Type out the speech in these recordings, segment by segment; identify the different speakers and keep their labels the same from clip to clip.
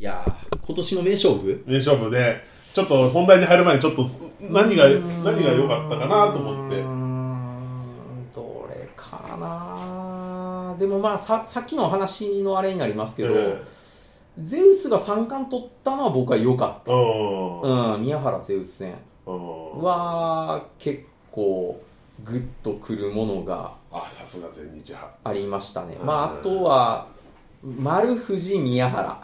Speaker 1: いやー、今年の名勝負
Speaker 2: 名勝負で、ちょっと本題に入る前にちょっと何が、何が良かったかなと思って
Speaker 3: うー。んどれかなでもまあささっきのお話のあれになりますけど、
Speaker 2: え
Speaker 3: ゼウスが三冠取ったのは僕は良かっ
Speaker 2: えうん
Speaker 3: た、うん、宮原ゼウス戦
Speaker 2: うん。
Speaker 3: は結構グッとくるものが
Speaker 2: あ、さすが全日派。
Speaker 3: ありましたね、
Speaker 2: うん
Speaker 3: まああとは丸藤宮原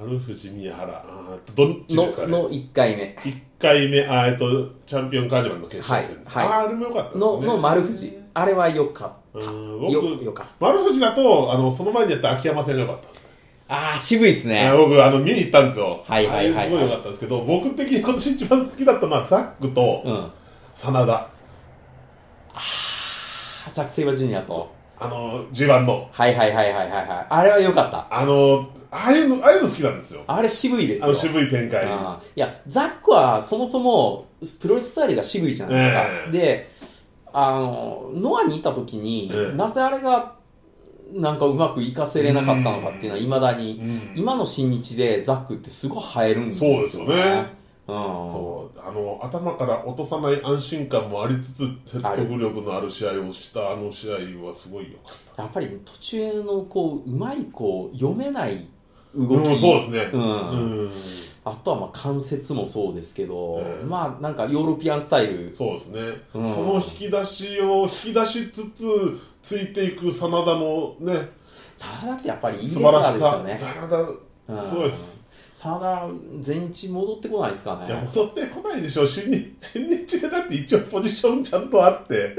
Speaker 2: 丸藤宮原。あーどっち
Speaker 3: の,、
Speaker 2: ですかね。
Speaker 3: の1回目
Speaker 2: 1回目、あーえっと、チャンピオンカーニバルの決勝戦です。
Speaker 3: はいはい
Speaker 2: あーあれも良かったですね。
Speaker 3: のの丸藤あれは良かった
Speaker 2: うん
Speaker 3: よ良
Speaker 2: 僕、
Speaker 3: かった
Speaker 2: 丸藤だと、あの、その前にやった秋山戦が良かったですね。
Speaker 3: ああ渋いですね
Speaker 2: えー僕、あの、見に行ったんですよ。
Speaker 3: はいはいはい
Speaker 2: あれすごい良かったんですけど、僕的に今年一番好きだったのは、ザック
Speaker 3: う
Speaker 2: と、
Speaker 3: ん
Speaker 2: 真田。
Speaker 3: ザクセイバージュニアと。
Speaker 2: あの、G1 の。
Speaker 3: はいはいはいはいはいはい。あれは良かった。
Speaker 2: あの、ああいうの、ああいうの好きなんですよ。
Speaker 3: あれ渋いですよ。
Speaker 2: あの渋い展開。
Speaker 3: あーいや、ザックはそもそもプロレススタイルが渋いじゃないですか。
Speaker 2: ええ
Speaker 3: で、あの、ノアにいた時に、
Speaker 2: ええ
Speaker 3: なぜあれがなんかうまくいかせれなかったのかっていうのは未だに、
Speaker 2: うん
Speaker 3: 今の新日でザックってすごい映えるんですよ、
Speaker 2: そうですよね。
Speaker 3: うん。
Speaker 2: そうあの頭から落とさない安心感もありつつ説得力のある試合をしたあの試合はすごいよか
Speaker 3: や
Speaker 2: っ
Speaker 3: っぱり途中のこう、うまいこう、読めない動き。
Speaker 2: た、うん、そうですね
Speaker 3: うん
Speaker 2: うん
Speaker 3: あとはまあ関節もそうですけど、
Speaker 2: ええ
Speaker 3: まあなんかヨーロピアンスタイル、
Speaker 2: そうですね、
Speaker 3: うん
Speaker 2: その引き出しを引き出しつつついていく真田のね
Speaker 3: サラダってやっぱりいいレス
Speaker 2: 素
Speaker 3: ラ
Speaker 2: 晴ら
Speaker 3: ー
Speaker 2: し
Speaker 3: です
Speaker 2: さ
Speaker 3: よね。
Speaker 2: 真田すごいです、
Speaker 3: サラダ全日戻ってこないですか
Speaker 2: いや
Speaker 3: ね。
Speaker 2: 戻ってこないでしょ新日新日でだって一応ポジションちゃんとあって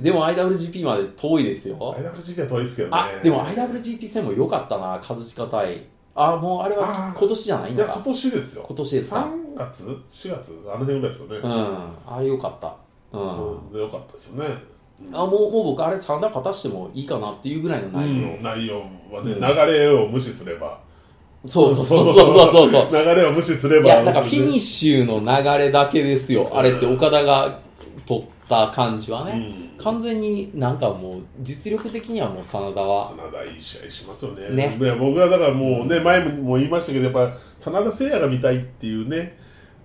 Speaker 3: でも IWGP まで遠いですよ。
Speaker 2: IWGP は遠いですけどね
Speaker 3: あ、でも IWGP 戦も良かったな、一茂対。あ、もうあれは
Speaker 2: あー
Speaker 3: 今年じゃない
Speaker 2: い
Speaker 3: の
Speaker 2: や今
Speaker 3: か。
Speaker 2: 年ですよ
Speaker 3: 今年ですか。
Speaker 2: 3月4月あの辺ぐらいですよね、
Speaker 3: うん。あれ良かった。うん。
Speaker 2: うん、でよかったですよね。
Speaker 3: あもうもう僕あれサラダ勝たしてもいいかなっていうぐらいの内容。
Speaker 2: うん内容はね、
Speaker 3: うん
Speaker 2: 流れを無視すれば。
Speaker 3: そうそうそうそうそうそ う。
Speaker 2: 流れを無視すれば。
Speaker 3: いや、なんかフィニッ
Speaker 2: シ
Speaker 3: シュの流れだけですよ。あれって岡田が取った感じはね。
Speaker 2: うん。
Speaker 3: 完全になんかもう、実力的にはもう真田は。
Speaker 2: 真田いい試合しますよね。
Speaker 3: ね
Speaker 2: いや僕はだからもうね、前も言いましたけど、やっぱ、真田誠也が見たいっていうね、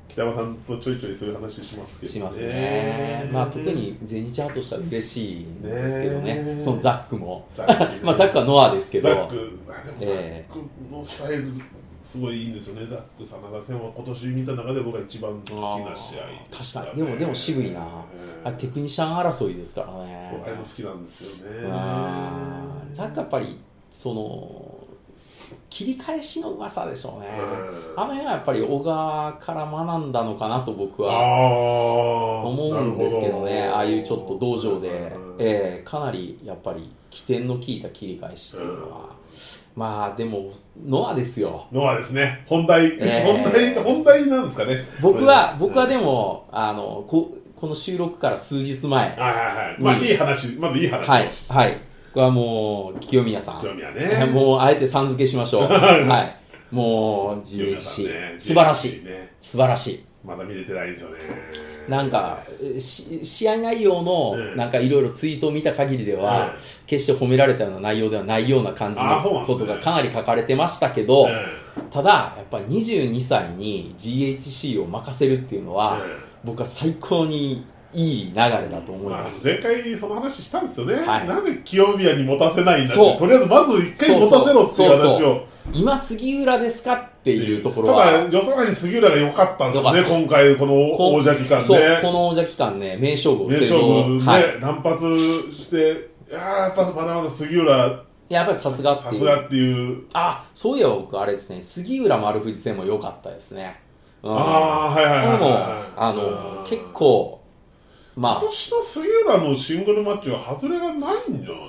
Speaker 2: 北山さんとちょいちょいそういう話しますけど
Speaker 3: し
Speaker 2: ね。
Speaker 3: ますね。まあ特。に全日派としては嬉しいんですけどね。
Speaker 2: ね
Speaker 3: そのザックも。
Speaker 2: ザックね
Speaker 3: まあザックはノアですけ
Speaker 2: ザ
Speaker 3: ど。
Speaker 2: ック、あでもザッ
Speaker 3: え
Speaker 2: クのスタイル、すごいいいんですよね。ザック、真田戦は今年見た中で僕が一番好きな試合でした
Speaker 3: 確
Speaker 2: ね、
Speaker 3: かに。でも、でも渋いな。あテクニシャン争いですからね。
Speaker 2: あれも好きなんですよね。
Speaker 3: あーザックはやっぱり、その、切り返しのうまさでしょうね。
Speaker 2: うん
Speaker 3: あの辺はやっぱり小川から学んだのかなと僕は
Speaker 2: あー
Speaker 3: 思うんですけどね、
Speaker 2: なるほ
Speaker 3: ああいうちょっと道場で、
Speaker 2: うん
Speaker 3: ええかなりやっぱり起点の効いた切り返しっていうのは、まあでも、ノアですよ。
Speaker 2: のはですね、本題、
Speaker 3: えー
Speaker 2: 本題、本題なんですかね。
Speaker 3: 僕は、
Speaker 2: これ
Speaker 3: 僕はでも、あのこ、この収録から数日前、
Speaker 2: はいはいはい。まあ、
Speaker 3: うん
Speaker 2: いい話、まずいい話を。
Speaker 3: はい、はい、これはもう、清宮さん。
Speaker 2: 清宮ね。
Speaker 3: もう、あえてさん付けし ましょう。はい。もう、
Speaker 2: 清宮さん
Speaker 3: GHC、
Speaker 2: ね
Speaker 3: 素晴らし
Speaker 2: GHC
Speaker 3: い。
Speaker 2: ね。
Speaker 3: 素晴らしい。
Speaker 2: まだ見れてないんですよね。
Speaker 3: なんか、し試合内容の、
Speaker 2: ええ
Speaker 3: なんかいろいろツイートを見た限りでは、
Speaker 2: え
Speaker 3: 決して褒められたような内容ではないような感じ
Speaker 2: あそうな
Speaker 3: の
Speaker 2: んです
Speaker 3: こ
Speaker 2: ね
Speaker 3: とがかなり書かれてましたけど、
Speaker 2: え
Speaker 3: ただ、やっぱり22歳に GHC を任せるっていうのは、
Speaker 2: ええ
Speaker 3: 僕は最高にいい流れだと
Speaker 2: え
Speaker 3: 思い
Speaker 2: まあ
Speaker 3: ま、す。
Speaker 2: 前回その話したんですよね。
Speaker 3: はい
Speaker 2: なんで清宮に持たせないんだっ
Speaker 3: そう
Speaker 2: て。とりあえずまず一回持たせろっていう
Speaker 3: そう
Speaker 2: 話
Speaker 3: そ
Speaker 2: を。
Speaker 3: 今、杉浦ですかっていうところ
Speaker 2: ただ、
Speaker 3: は、
Speaker 2: 予想外に杉浦が良かったんですよね、
Speaker 3: 良かっ
Speaker 2: 今回、この
Speaker 3: こ
Speaker 2: 王者期間ね。
Speaker 3: そう、この王者期間ね、名勝負を
Speaker 2: 名
Speaker 3: 制
Speaker 2: 勝
Speaker 3: 度
Speaker 2: 負
Speaker 3: を、
Speaker 2: ね、
Speaker 3: はい。
Speaker 2: 乱発して、いやーやっぱまだまだ杉浦、
Speaker 3: やっぱりさすがって
Speaker 2: さ
Speaker 3: い
Speaker 2: す
Speaker 3: う。
Speaker 2: がっていう、
Speaker 3: あ、そういえば僕、あれですね、杉浦丸藤戦も良かったですね。うん、
Speaker 2: ああ、はいはい
Speaker 3: で
Speaker 2: はいはい、
Speaker 3: も、 あ
Speaker 2: う
Speaker 3: の、
Speaker 2: ん
Speaker 3: 結、構、ま
Speaker 2: 今年の杉浦のシングルマッチは外れがないんじゃない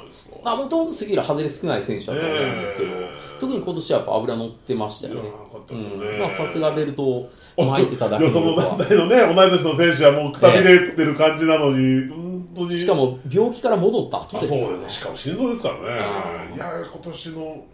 Speaker 2: ですか。
Speaker 3: あ、まあ、もともと杉浦外れ少ない選手だと思うんですけど、
Speaker 2: ねえ
Speaker 3: 特に今年はやっぱ油乗ってましたよ
Speaker 2: い
Speaker 3: ね
Speaker 2: やよかったですよね
Speaker 3: うんまあ、さすがベルトを巻いてただけ
Speaker 2: よ
Speaker 3: の
Speaker 2: そ
Speaker 3: こ
Speaker 2: の
Speaker 3: と
Speaker 2: 団
Speaker 3: は
Speaker 2: 体のね、同い年の選手はもうくたびれてる感じなのに、本当に。
Speaker 3: しかも病気から戻った後
Speaker 2: あ
Speaker 3: ですよ
Speaker 2: そうですしかも心臓ですからね
Speaker 3: うん
Speaker 2: いや今年の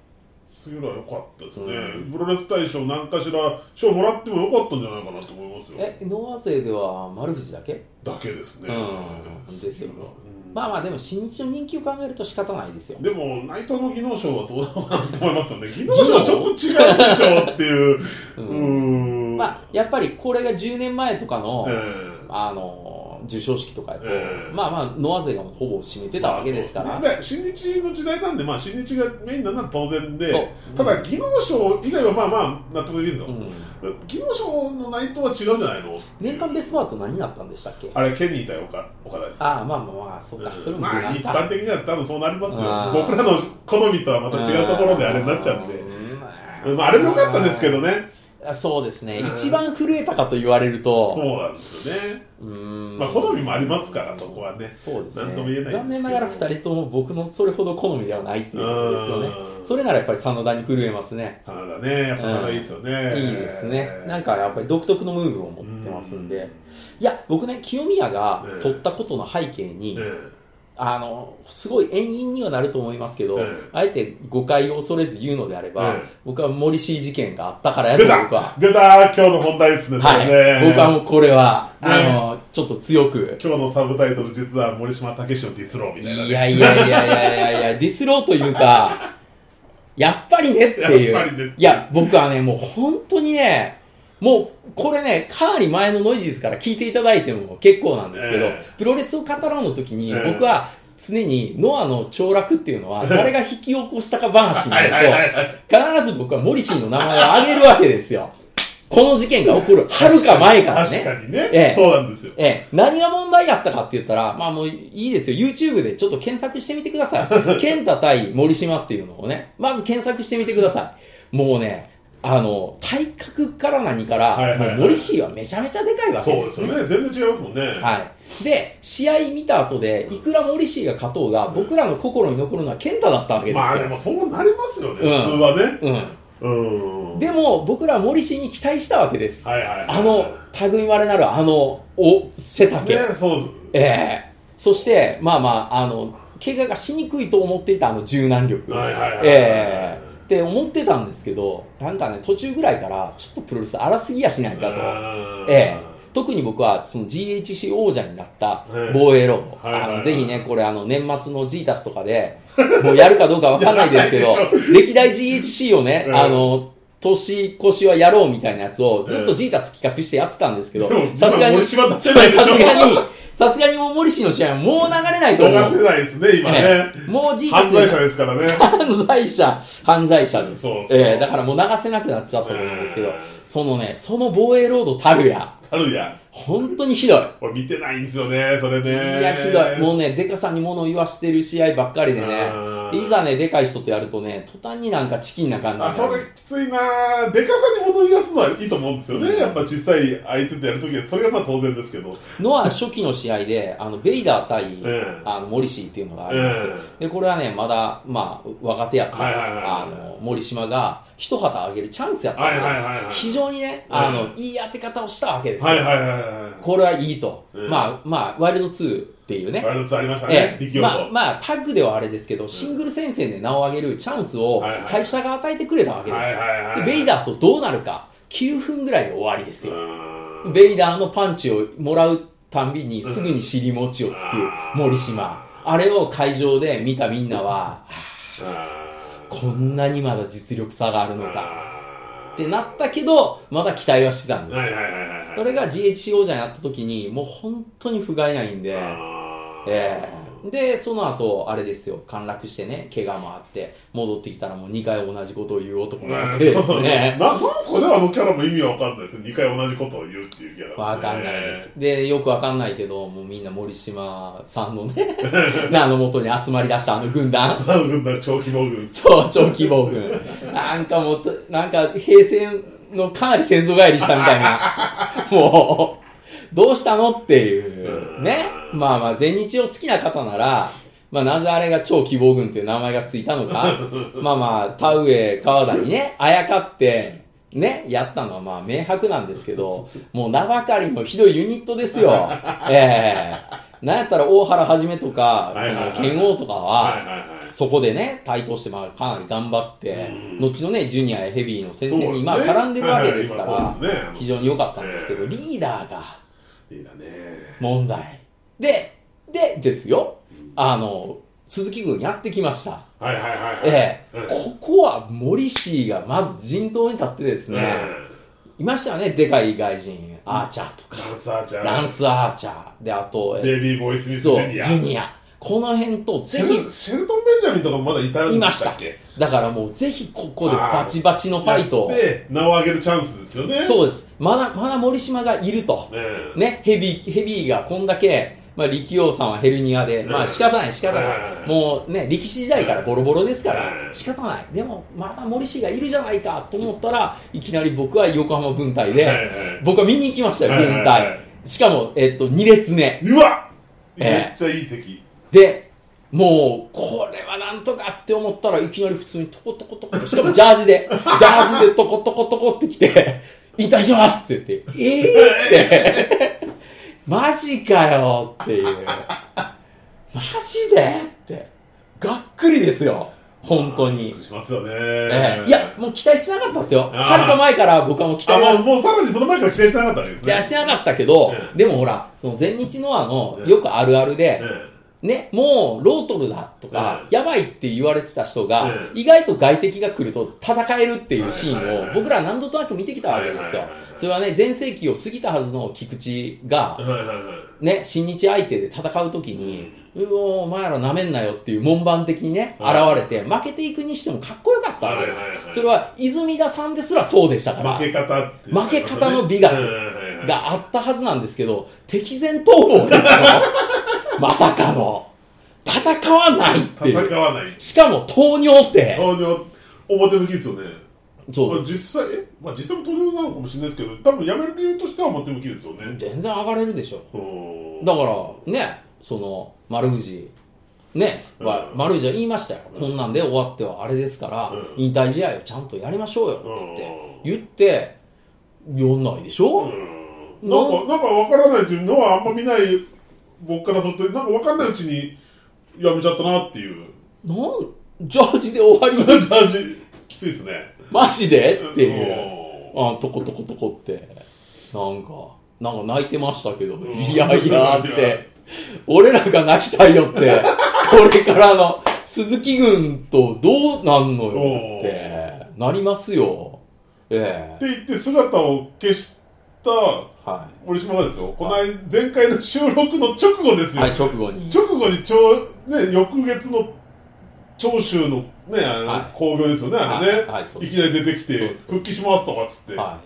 Speaker 2: 杉浦は良かったですね、プロレス大賞何かしら賞もらっても良かったんじゃないかなと思いますよ
Speaker 3: えノア勢では丸藤だけ
Speaker 2: だけですね、
Speaker 3: うんですよね
Speaker 2: 杉浦うん
Speaker 3: まあまあでも新日の人気を考えると仕方ないですよ
Speaker 2: でも内藤の技能賞はどうなのかなと思い ますよね技能賞はちょっと違うでしょっていううーん
Speaker 3: まあやっぱりこれが10年前とかの、
Speaker 2: え
Speaker 3: あの授賞式とかやと、
Speaker 2: ええ
Speaker 3: まあまあノア勢がもうほぼ占めて
Speaker 2: え
Speaker 3: たわけですから、
Speaker 2: まあそうで新日の時代なんで、まあ、新日がメインなのは当然で、
Speaker 3: そう
Speaker 2: ただ技能賞以外はまあまあ納得できるんです
Speaker 3: う
Speaker 2: よ、
Speaker 3: ん、
Speaker 2: 技能賞の内藤は違うんじゃないの
Speaker 3: 年間ベストバウト何になったんでしたっけあ
Speaker 2: あれケニー対岡岡田です
Speaker 3: あまあまあまあそうか、
Speaker 2: うん
Speaker 3: それも
Speaker 2: まあ
Speaker 3: なん
Speaker 2: 一
Speaker 3: か
Speaker 2: 般的には多分そうなりますよ
Speaker 3: あー
Speaker 2: 僕らの好みとはまた違うところであれになっちゃうんでうんまあ、あれも良かったんですけどね
Speaker 3: あそうですね、
Speaker 2: うん
Speaker 3: 一番震えたかと言われると
Speaker 2: そうなんですよね
Speaker 3: うーん
Speaker 2: まあ好みもありますからそこはね
Speaker 3: そうですね
Speaker 2: なんとも言えないんですけど
Speaker 3: 残念ながら2人とも僕のそれほど好みではないっていうことですよね
Speaker 2: うん
Speaker 3: それならやっぱり真田に震えますね
Speaker 2: 花田ねやっぱ花田いいですよね、
Speaker 3: いいですね、なんかやっぱり独特のムーブを持ってますんで、
Speaker 2: うん
Speaker 3: いや僕ね清宮が
Speaker 2: うん
Speaker 3: 取ったことの背景に、
Speaker 2: え
Speaker 3: あのすごい遠因にはなると思いますけど、
Speaker 2: うん
Speaker 3: あえて誤解を恐れず言うのであれば、
Speaker 2: うん
Speaker 3: 僕は森氏事件があったから
Speaker 2: え
Speaker 3: やと
Speaker 2: 出
Speaker 3: 僕は
Speaker 2: た出た今日の本題ですね、
Speaker 3: は
Speaker 2: そ
Speaker 3: い、
Speaker 2: れね
Speaker 3: 僕はもうこれは、
Speaker 2: ね
Speaker 3: あのちょっと強く
Speaker 2: 今日のサブタイトル実は森島武史のディスローみ
Speaker 3: い
Speaker 2: た
Speaker 3: や
Speaker 2: いないね
Speaker 3: やいやいやいやいやディスろうというかやっぱりねっていう
Speaker 2: やっぱりね
Speaker 3: いや僕はねもう本当にねもうこれねかなり前のノイジーズから聞いていただいても結構なんですけど、
Speaker 2: ええ
Speaker 3: プロレスを語らうの時に、
Speaker 2: ええ
Speaker 3: 僕は常にノアの凋落っていうのは誰が引き起こしたか話になる
Speaker 2: はいはいはい
Speaker 3: と必ず僕はモリシーの名前を挙げるわけですよこの事件が起こるはるか前からね
Speaker 2: 確かにね、
Speaker 3: ええ
Speaker 2: そうなんですよ
Speaker 3: ええ、何が問題やったかって言ったら、まあもういいですよ。YouTube でちょっと検索してみてください。健太対森島っていうのをね、まず検索してみてください。もうね、あの、体格から何から、
Speaker 2: はいはいはい
Speaker 3: もう森氏はめちゃめちゃでかいわけ
Speaker 2: そう
Speaker 3: で
Speaker 2: ですす
Speaker 3: ね。
Speaker 2: よね全然違いますもんね、
Speaker 3: はい。で、試合見た後で、いくら森氏が勝とうが、僕らの心に残るのは健太だったわけですよ。
Speaker 2: まあでもそうなりますよね、
Speaker 3: うん
Speaker 2: 普通はね
Speaker 3: う。
Speaker 2: うんん
Speaker 3: でも、僕らは森氏に期待したわけです。
Speaker 2: はいはいはい
Speaker 3: あの、類まれなるあの、お、背丈。
Speaker 2: ねそうです
Speaker 3: ええそして、まあまあ、あの、怪我がしにくいと思っていたあの柔軟力。
Speaker 2: はいはいはいはい
Speaker 3: ええって思ってたんですけど、なんかね、途中ぐらいから、ちょっとプロレス荒すぎやしないかと。
Speaker 2: うん
Speaker 3: ええ特に僕は、その GHC 王者になった
Speaker 2: はい
Speaker 3: 防衛ロード。
Speaker 2: はいはいはい
Speaker 3: あのぜひね、これあの、年末のジータスとかで、もうやるかどうかわかんないですけど
Speaker 2: やらない、
Speaker 3: 歴代 GHC をね、
Speaker 2: うん
Speaker 3: あの、年越しはやろうみたいなやつをずっとジータス企画してやってたんですけど
Speaker 2: でも、
Speaker 3: さすが
Speaker 2: 今
Speaker 3: に
Speaker 2: 森、島出せないでしょ
Speaker 3: さすがに、さすがにもう森氏の試合はもう流れないと
Speaker 2: 逃
Speaker 3: 思
Speaker 2: せ
Speaker 3: う。
Speaker 2: ないですね今ね、
Speaker 3: ええもうジータ
Speaker 2: 犯
Speaker 3: ス
Speaker 2: 罪者ですからね
Speaker 3: 犯罪者、犯罪者です。
Speaker 2: そうそう
Speaker 3: ええだからもう流せなくなっちゃったと思うんですけど、
Speaker 2: うん
Speaker 3: そのね、その防衛ロードたるや、
Speaker 2: あるやん
Speaker 3: 本当にひどい。
Speaker 2: 俺見てないんですよねそれね
Speaker 3: いや、ひどい。もうね、デカさんに物を言わしてる試合ばっかりでね、
Speaker 2: うん
Speaker 3: いざね、でかい人とやるとね、途端になんかチキンな感じにな
Speaker 2: あ
Speaker 3: る
Speaker 2: それきついなぁでかさに物言い出すのはいいと思うんですよね、やっぱ小さい相手とやるときはそれがまあ当然ですけど
Speaker 3: ノア初期の試合で、あの、ベイダー対、
Speaker 2: ええ
Speaker 3: あの、モリシーっていうのがあります。
Speaker 2: え
Speaker 3: で、これはね、まだ、まあ、若手やった、
Speaker 2: はいはいはい
Speaker 3: あの、森島が、一旗あげるチャンスやったわけです。
Speaker 2: はいはいはいはい
Speaker 3: 非常にね、
Speaker 2: はい
Speaker 3: あの、いい当て方をしたわけですよ。
Speaker 2: はいはいはいは
Speaker 3: これはいいと。
Speaker 2: ええ
Speaker 3: まあ、まあ、ワイルド2っていうね
Speaker 2: い。ワイルドツーありましたね
Speaker 3: え、
Speaker 2: 力
Speaker 3: え、
Speaker 2: 量と、
Speaker 3: まあ、まあ、タッグではあれですけど、シングル戦線で名を上げるチャンスを
Speaker 2: はいはい
Speaker 3: 会社が与えてくれたわけです。
Speaker 2: はいはいはい
Speaker 3: でベイダーとどうなるか、9分ぐらいで終わりですよ。
Speaker 2: うーん
Speaker 3: ベイダーのパンチをもらうたんびにすぐに尻餅をつく森島。あれを会場で見たみんなは、
Speaker 2: あ
Speaker 3: こんなにまだ実力差があるの
Speaker 2: ー
Speaker 3: か。
Speaker 2: あ
Speaker 3: ってなったけど、まだ期待はしてたん
Speaker 2: ー
Speaker 3: です。
Speaker 2: はいはいはいはいはい
Speaker 3: それが GHC 王者になった時に、もう本当に不甲斐ないんで、
Speaker 2: あー
Speaker 3: ええで、その後、あれですよ、陥落してね、怪我もあって、戻ってきたらもう2回同じことを言う男になってで
Speaker 2: そう
Speaker 3: す
Speaker 2: そう
Speaker 3: ね
Speaker 2: な。なんすかねあのキャラも意味わかんないです2回同じことを言うっていうキャラ
Speaker 3: わかんないです。で、よくわかんないけど、もうみんな森島さんのね、 あの元に集まり出したあの軍団。
Speaker 2: サウ軍団長期防軍
Speaker 3: そう、長期暴君。なんかもうと、なんか平成のかなり先祖返りしたみたい な。もう、どうしたのっていう。ね。まあまあ、全日を好きな方なら、まあなぜあれが超希望軍っていう名前がついたの か、まあまあ、田植え、川田にね、あやかって、ね、やったのはまあ明白なんですけど、もう名ばかりのひどいユニットです よ。ええなんやったら大原はじめとか、
Speaker 2: はいはいはい
Speaker 3: その剣王とかは、
Speaker 2: はいはいはい
Speaker 3: そこでね、対等して、まあ、かなり頑張って、
Speaker 2: う
Speaker 3: 後のね、ジュニアやヘビーの先生
Speaker 2: そうです
Speaker 3: に、
Speaker 2: ね
Speaker 3: まあ、絡んでるわけですから、
Speaker 2: はいはい今そうですね
Speaker 3: 非常に良かったんですけど、
Speaker 2: ええ
Speaker 3: リーダーが
Speaker 2: いいだね
Speaker 3: 問題。で、で、ですよ。あの、鈴木軍やってきました。
Speaker 2: はいはいはいはい。
Speaker 3: ええ
Speaker 2: う
Speaker 3: こ
Speaker 2: ん
Speaker 3: こは森氏がまず陣頭に立ってです
Speaker 2: うん
Speaker 3: ね、いましたよね、でかい外人、アーチャーとか、
Speaker 2: ダンサーちゃん。
Speaker 3: ランスアーチャー、で、あと、え
Speaker 2: デイビー・ボーイ・スミス・ジ
Speaker 3: そう、
Speaker 2: ュニア。
Speaker 3: ジュニア。この辺と、ぜ
Speaker 2: シェル
Speaker 3: ひ、
Speaker 2: シェルトン・ベンジャミンとかもまだいた
Speaker 3: い
Speaker 2: んで
Speaker 3: まし
Speaker 2: した
Speaker 3: た
Speaker 2: っけ。
Speaker 3: だからもう、ぜひここでバチバチのファイトを。
Speaker 2: で、名を上げるチャンスですよね。う。
Speaker 3: そうです。まだ、まだ森島がいると。
Speaker 2: ねえ
Speaker 3: ね、ヘビー、ヘビーがこんだけ、まあ、力王さんはヘルニアで、まあ、仕方ない、仕方な
Speaker 2: う
Speaker 3: い。
Speaker 2: ん
Speaker 3: もうね、力士時代からボロボロですから
Speaker 2: う、ん
Speaker 3: 仕方ない。でも、また森氏がいるじゃないかと思ったら、いきなり僕は横浜分隊
Speaker 2: はいはい
Speaker 3: で、僕は見に行きましたよ、
Speaker 2: はいはい
Speaker 3: 分
Speaker 2: は
Speaker 3: 隊
Speaker 2: い。
Speaker 3: しかも、えっと、2列目。
Speaker 2: うわ
Speaker 3: ええ
Speaker 2: めっちゃいい席。
Speaker 3: で、もう、これはなんとかって思ったらいきなり普通にトコトコトコ、しかもジャージ で、ジャージでトコトコトコってきて、引退しますって言って、えーって、 マジかよっていう。マジでって。がっくりですよ。本当に。
Speaker 2: しますよね。
Speaker 3: ええいや、もう期待してなかったんですよ。
Speaker 2: あ
Speaker 3: は
Speaker 2: ー
Speaker 3: るか前から僕はもう期
Speaker 2: あ、
Speaker 3: 待はし
Speaker 2: もう、もうさらにその前から期待してなかったわけです
Speaker 3: 期待
Speaker 2: ね。
Speaker 3: してなかったけど、
Speaker 2: う
Speaker 3: でもほら、その前日のあの、
Speaker 2: うん
Speaker 3: よくあるあるで、
Speaker 2: え
Speaker 3: ね、もうロートルだとか
Speaker 2: う、ん
Speaker 3: やばいって言われてた人が、
Speaker 2: うん
Speaker 3: 意外と外敵が来ると戦えるっていうシ
Speaker 2: はいはい
Speaker 3: ーン
Speaker 2: は
Speaker 3: を
Speaker 2: い
Speaker 3: 僕ら何度となく見てきたわけですよ
Speaker 2: はいはいはいはい。
Speaker 3: それはね、前世紀を過ぎたはずの菊池が
Speaker 2: え。、はいはいはい
Speaker 3: ね、新日相手で戦うときに、うおお前ら舐めんなよっていう門番的にね、現
Speaker 2: はい
Speaker 3: れて、負けていくにしてもかっこよかったわけで
Speaker 2: はいはいはい
Speaker 3: す。それは泉田さんですらそうでしたから
Speaker 2: 負、け方っていうのがありますよね。
Speaker 3: 負け方の美学
Speaker 2: うんはいはい
Speaker 3: があったはずなんですけど、敵前逃亡 ですよ。まさかの。戦わないっていう。
Speaker 2: 戦わない。
Speaker 3: しかも糖尿って。
Speaker 2: 登場、表向きですよね。
Speaker 3: そ
Speaker 2: まあ、
Speaker 3: う。
Speaker 2: 実際、えまあ、実際も登場なのかもしれないですけど、多分やめる理由としては表向きですよね。
Speaker 3: 全然上がれるでしょ。
Speaker 2: うん
Speaker 3: だから、ね、その、丸藤、ね、
Speaker 2: うん
Speaker 3: は丸藤は言いましたよ。こんなんで終わってはあれですから、
Speaker 2: う
Speaker 3: 引退試合をちゃんとやりましょうよって
Speaker 2: う
Speaker 3: 言って、言んないでし
Speaker 2: う
Speaker 3: ょ
Speaker 2: んなんか、なんか分からないというのはあんま見ない僕からすると、なんか分かんないうちにやめちゃったなって いう。
Speaker 3: なん、ジャージで終わ
Speaker 2: ジ
Speaker 3: り
Speaker 2: ャージ、きついですね。
Speaker 3: マジでっていう。
Speaker 2: う
Speaker 3: あトコトコトコってなんかなんか泣いてましたけど、
Speaker 2: ん
Speaker 3: いやいやっ
Speaker 2: いや
Speaker 3: て俺らが泣きたいよってこれからの鈴木軍とどうなんのよってなりますよえ
Speaker 2: ん
Speaker 3: え
Speaker 2: って言って姿を消した
Speaker 3: は
Speaker 2: 森島がですよ、この間、前回の収録の直後です
Speaker 3: い、
Speaker 2: よ。
Speaker 3: はい、直後に
Speaker 2: 直後に長、ね、翌月の長州のね、あの
Speaker 3: はい
Speaker 2: 興行ですよね、あれね、
Speaker 3: はいはいそう
Speaker 2: い
Speaker 3: です
Speaker 2: きなり出てき
Speaker 3: そう
Speaker 2: て、
Speaker 3: です
Speaker 2: 復帰しますとかっつって、
Speaker 3: は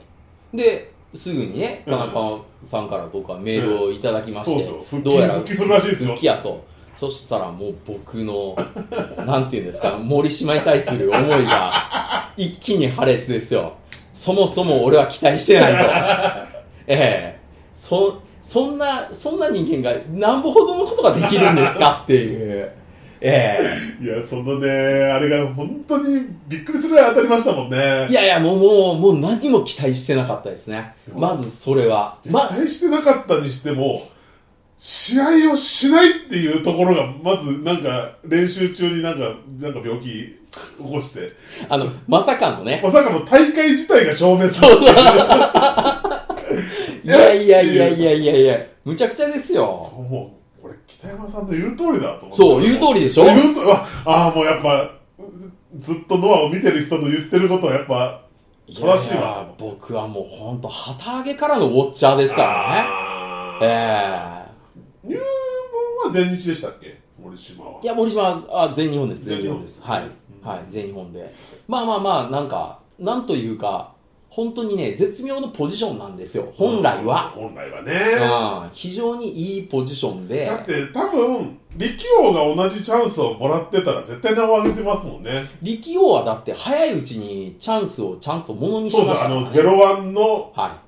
Speaker 3: いですぐにね田中さんから僕はメールをいただきまして、
Speaker 2: そうそう、復
Speaker 3: どう
Speaker 2: 帰
Speaker 3: やら
Speaker 2: 復帰するらしいですよ
Speaker 3: 好。きやと。そしたらもう僕の、なんていうんですか、森島に対する思いが一気に破裂ですよ。そもそも俺は期待してないと。ええそ、そんな、そんな人間がなんぼほどのことができるんですかっていう。え
Speaker 2: いや、そのね、あれが本当にびっくりするぐらい当たりましたもん
Speaker 3: え
Speaker 2: ね。
Speaker 3: いやいや、もう、もう、もう何も期待してなかったですね。まずそれは。
Speaker 2: 期
Speaker 3: ま、
Speaker 2: 待してなかったにしても、試合をしないっていうところが、まずなんか、練習中になんか、なんか病気起こして、
Speaker 3: あの、まさかのね。
Speaker 2: まさかの大会自体が消滅
Speaker 3: いやいやいやいやいやいや、むちゃくちゃですよ。
Speaker 2: もう、これ北山さんの言う通りだと思って。
Speaker 3: そう、言う通りでしょ
Speaker 2: 言うと、ああー、もうやっぱ、ずっとノアを見てる人の言ってることはやっぱ、
Speaker 3: いや
Speaker 2: 正しいわと思う。
Speaker 3: 僕はもうほんと旗揚げからのウォッチャーですからね
Speaker 2: あ
Speaker 3: え
Speaker 2: ー入門は前日でしたっけ森島は
Speaker 3: え。いや森島は全日本です全
Speaker 2: 全
Speaker 3: 日
Speaker 2: 日
Speaker 3: 本
Speaker 2: 本
Speaker 3: ですはい、はい全日本でまあまあまあなんかなんというか本当にね絶妙のポジションなんですよ本来は、
Speaker 2: 本来は
Speaker 3: うん
Speaker 2: ね。
Speaker 3: 非常にいいポジションで
Speaker 2: だって多分、力王が同じチャンスをもらってたら絶対名を上げてますもんね。
Speaker 3: 力王はだって早いうちにチャンスをちゃんとものにし
Speaker 2: そうそ
Speaker 3: ま
Speaker 2: う、
Speaker 3: した
Speaker 2: あ
Speaker 3: から
Speaker 2: の、
Speaker 3: ね
Speaker 2: ゼロワンの
Speaker 3: は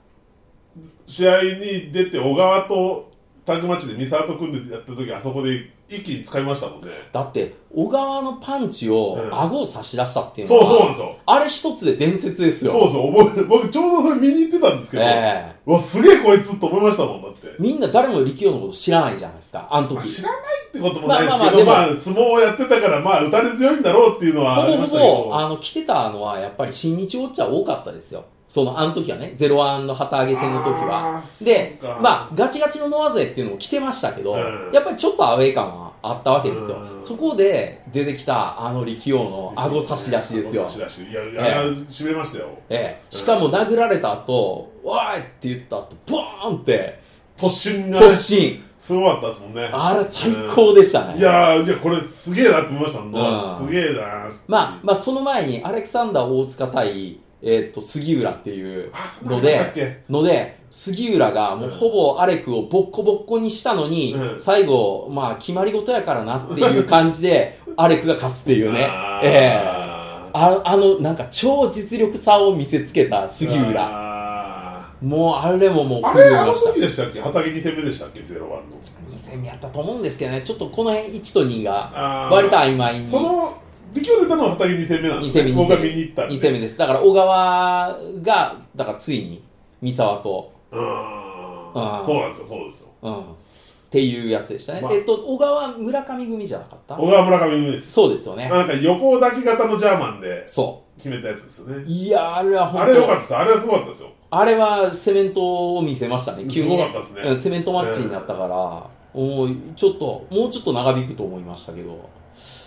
Speaker 2: 試合に出て、小川とタッグマッチで三沢と組んでやった時、あそこで一気に使いましたもんね。
Speaker 3: いだって小川のパンチを
Speaker 2: うん
Speaker 3: 顎を差し出したっていうの
Speaker 2: そう
Speaker 3: は、
Speaker 2: そうなんですよ。
Speaker 3: あれ一つで伝説ですよ
Speaker 2: そうそう、僕、僕ちょうどそれ見に行ってたんですけど、
Speaker 3: ええ
Speaker 2: うわ、すげえこいつと思いましたもん、だって。
Speaker 3: みんな誰も力王のこと知らないじゃないですか、あの
Speaker 2: まあ、知
Speaker 3: 時。
Speaker 2: らないってこともないです
Speaker 3: まあ
Speaker 2: け
Speaker 3: まあ
Speaker 2: ど、
Speaker 3: ま
Speaker 2: ま
Speaker 3: あ
Speaker 2: あ、相撲をやってたから、まあ、打たれ強いんだろうっていうのはあ
Speaker 3: ほぼ
Speaker 2: りましたけ
Speaker 3: ほぼ、
Speaker 2: ど、
Speaker 3: あの、来てたのは、やっぱり新日ウォッチャー多かったですよ。その、あの時はね、ゼロワンの旗揚げ戦の時は
Speaker 2: あ。ー
Speaker 3: で
Speaker 2: そっか、
Speaker 3: まあ、ガチガチのノア勢っていうのも来てましたけど、
Speaker 2: うん
Speaker 3: やっぱりちょっとアウェー感はあったわけですよ
Speaker 2: うん
Speaker 3: そこで出てきたあの力王の顎差し出しですよ
Speaker 2: 顎差し出しいやいや、
Speaker 3: え
Speaker 2: 締めましたよ
Speaker 3: ええ、しかも殴られた後、わーいって言った後、ボーンって、
Speaker 2: 突進がね
Speaker 3: 突進。
Speaker 2: すごかったですもんね
Speaker 3: あれ最高でした
Speaker 2: い
Speaker 3: ね。
Speaker 2: やーいやこれすげえなって思いましたもん
Speaker 3: うん
Speaker 2: すげえな
Speaker 3: まあ、まあその前に、アレクサンダー大塚対、えーっと、杉浦っていう
Speaker 2: あそんな
Speaker 3: の
Speaker 2: のでしたっ
Speaker 3: で、
Speaker 2: け
Speaker 3: ので、杉浦がもうほぼアレクをボッコボッコにしたのに、
Speaker 2: うん
Speaker 3: 最後、まあ決まり事やからなっていう感じ で、アレクが勝つっていうね。
Speaker 2: あー
Speaker 3: ええああの、なんか超実力差を見せつけた杉浦。
Speaker 2: あ
Speaker 3: もうあれももう
Speaker 2: ーあ
Speaker 3: 狂い
Speaker 2: れあ
Speaker 3: ま
Speaker 2: の
Speaker 3: した
Speaker 2: 時でしたっけ畑2戦目でしたっけゼロワンの
Speaker 3: 2戦目やったと思うんですけどね、ちょっとこの辺1と2が
Speaker 2: あー
Speaker 3: 割と曖昧に
Speaker 2: その力を出たのは畑2戦目なんで
Speaker 3: 2
Speaker 2: すね
Speaker 3: 戦目、
Speaker 2: 僕が見に行ったんで
Speaker 3: 2戦目です。だから小川が、だからついに三沢と、
Speaker 2: う
Speaker 3: あー
Speaker 2: ーんそうなんですよそうですよ
Speaker 3: うん、っていうやつでしたね。
Speaker 2: まあ
Speaker 3: えっと、小川村上組じゃなかった
Speaker 2: 小川村上組です
Speaker 3: そうですよね。
Speaker 2: なんか横抱き型のジャーマンで
Speaker 3: そ
Speaker 2: 決めたやつですよ
Speaker 3: う。
Speaker 2: ね
Speaker 3: いやー、あれは本
Speaker 2: あ
Speaker 3: 当
Speaker 2: れ良かったですあれはすごかったですよ
Speaker 3: あれはセメントを見せましたね、急に、
Speaker 2: すごかったですね
Speaker 3: うんセメントマッチになったから、もうちょっと、もうちょっと長引くと思いましたけど、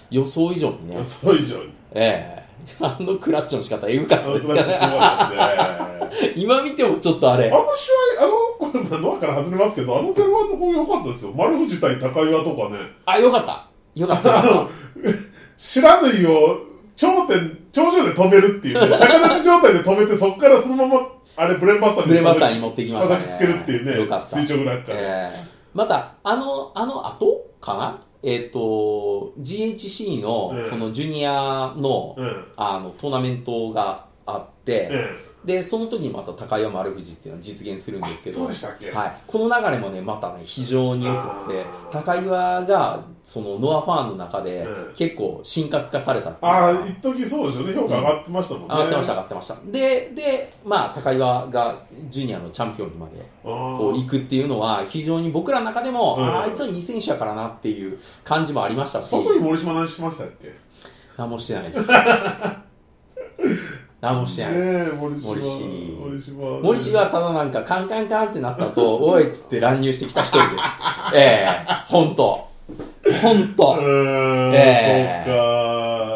Speaker 3: 予想以上にね
Speaker 2: 予、想以上に
Speaker 3: え えあのクラッチの仕方、エグかっ
Speaker 2: あ
Speaker 3: た
Speaker 2: の
Speaker 3: です
Speaker 2: ク
Speaker 3: か
Speaker 2: ラッチすご
Speaker 3: ら、ね、
Speaker 2: かったですね
Speaker 3: 今見てもちょっとあれ
Speaker 2: あ、の試合あのこれノアから外れますけどあのゼロワンの攻撃良かったですよ丸藤対高岩とかね
Speaker 3: あ、よかった。よかった。
Speaker 2: 知らぬいを頂点頂上で止めるって いうね逆立ち状態で止めてそこからそのままあれブレンバスター
Speaker 3: ブレマスターに
Speaker 2: に
Speaker 3: 持ってきましたね。
Speaker 2: 叩きつけるっていうね
Speaker 3: よかった。
Speaker 2: 垂直落下で、
Speaker 3: ええまた、あの、あの後かなえっ、と、GHC の、
Speaker 2: うん
Speaker 3: そのジュニアの、
Speaker 2: うん
Speaker 3: あの、トーナメントがあって、
Speaker 2: え
Speaker 3: で、その時にまた高山丸藤っていうのは実現するんですけ
Speaker 2: え
Speaker 3: ど、
Speaker 2: そうでしたっけ、
Speaker 3: はい、この流れもね、またね、非常に良くって
Speaker 2: あー、
Speaker 3: 高岩が、その、ノアファンの中で
Speaker 2: うん、
Speaker 3: 結構、神格化されたっていうか
Speaker 2: ああ一時そうですよね評価上がってましたもんね、
Speaker 3: 上がってました、上がってました。で、で、まあ、高岩がジュニアのチャンピオンにまでこう
Speaker 2: あ
Speaker 3: 行くっていうのは、非常に僕らの中でも、
Speaker 2: うん
Speaker 3: あああいつはいい選手やからなっていう感じもありました
Speaker 2: あ
Speaker 3: し、
Speaker 2: 外に森島何しましたっけね
Speaker 3: 何もしてないです。 何もしてないです。
Speaker 2: え森島
Speaker 3: 森島
Speaker 2: 森島
Speaker 3: 森氏はただなんかカンカンカンってなった後、 おいっつって乱入してきた一人です。 ええほんと。ほん
Speaker 2: う
Speaker 3: と。
Speaker 2: ーん、
Speaker 3: ええ
Speaker 2: そう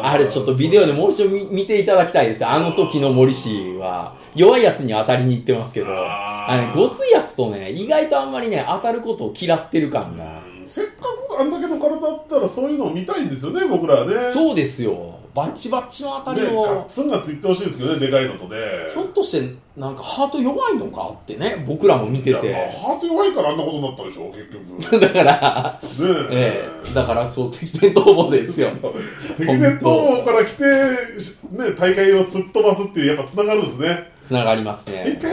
Speaker 2: か
Speaker 3: あれちょっとビデオでもう一度見見ていただきたいですよ。あの時の森氏は。弱いやつに当たりに行ってますけど。
Speaker 2: あ
Speaker 3: あのね、ごついやつとね、意外とあんまりね、当たることを嫌ってる感が。
Speaker 2: せっかくあんだけの体だったらそういうのを見たいんですよね僕らはね
Speaker 3: そうですよ。バッチバッチの当たり
Speaker 2: ねガッ
Speaker 3: を、
Speaker 2: ツンガッツンいってほしいですけどねでかいのとね
Speaker 3: ひょっとして、なんかハート弱いのかってね、僕らも見て
Speaker 2: いやまあ
Speaker 3: て。
Speaker 2: ハート弱いからあんなことになったでしょ結 局
Speaker 3: だから、
Speaker 2: ね
Speaker 3: ええだからそう、適戦逃亡です よ。
Speaker 2: 敵前逃亡から来て、しね、大会をすっ飛ばすっていう、やっぱ繋がるんですね。
Speaker 3: つながります
Speaker 2: 大
Speaker 3: ね。
Speaker 2: 会、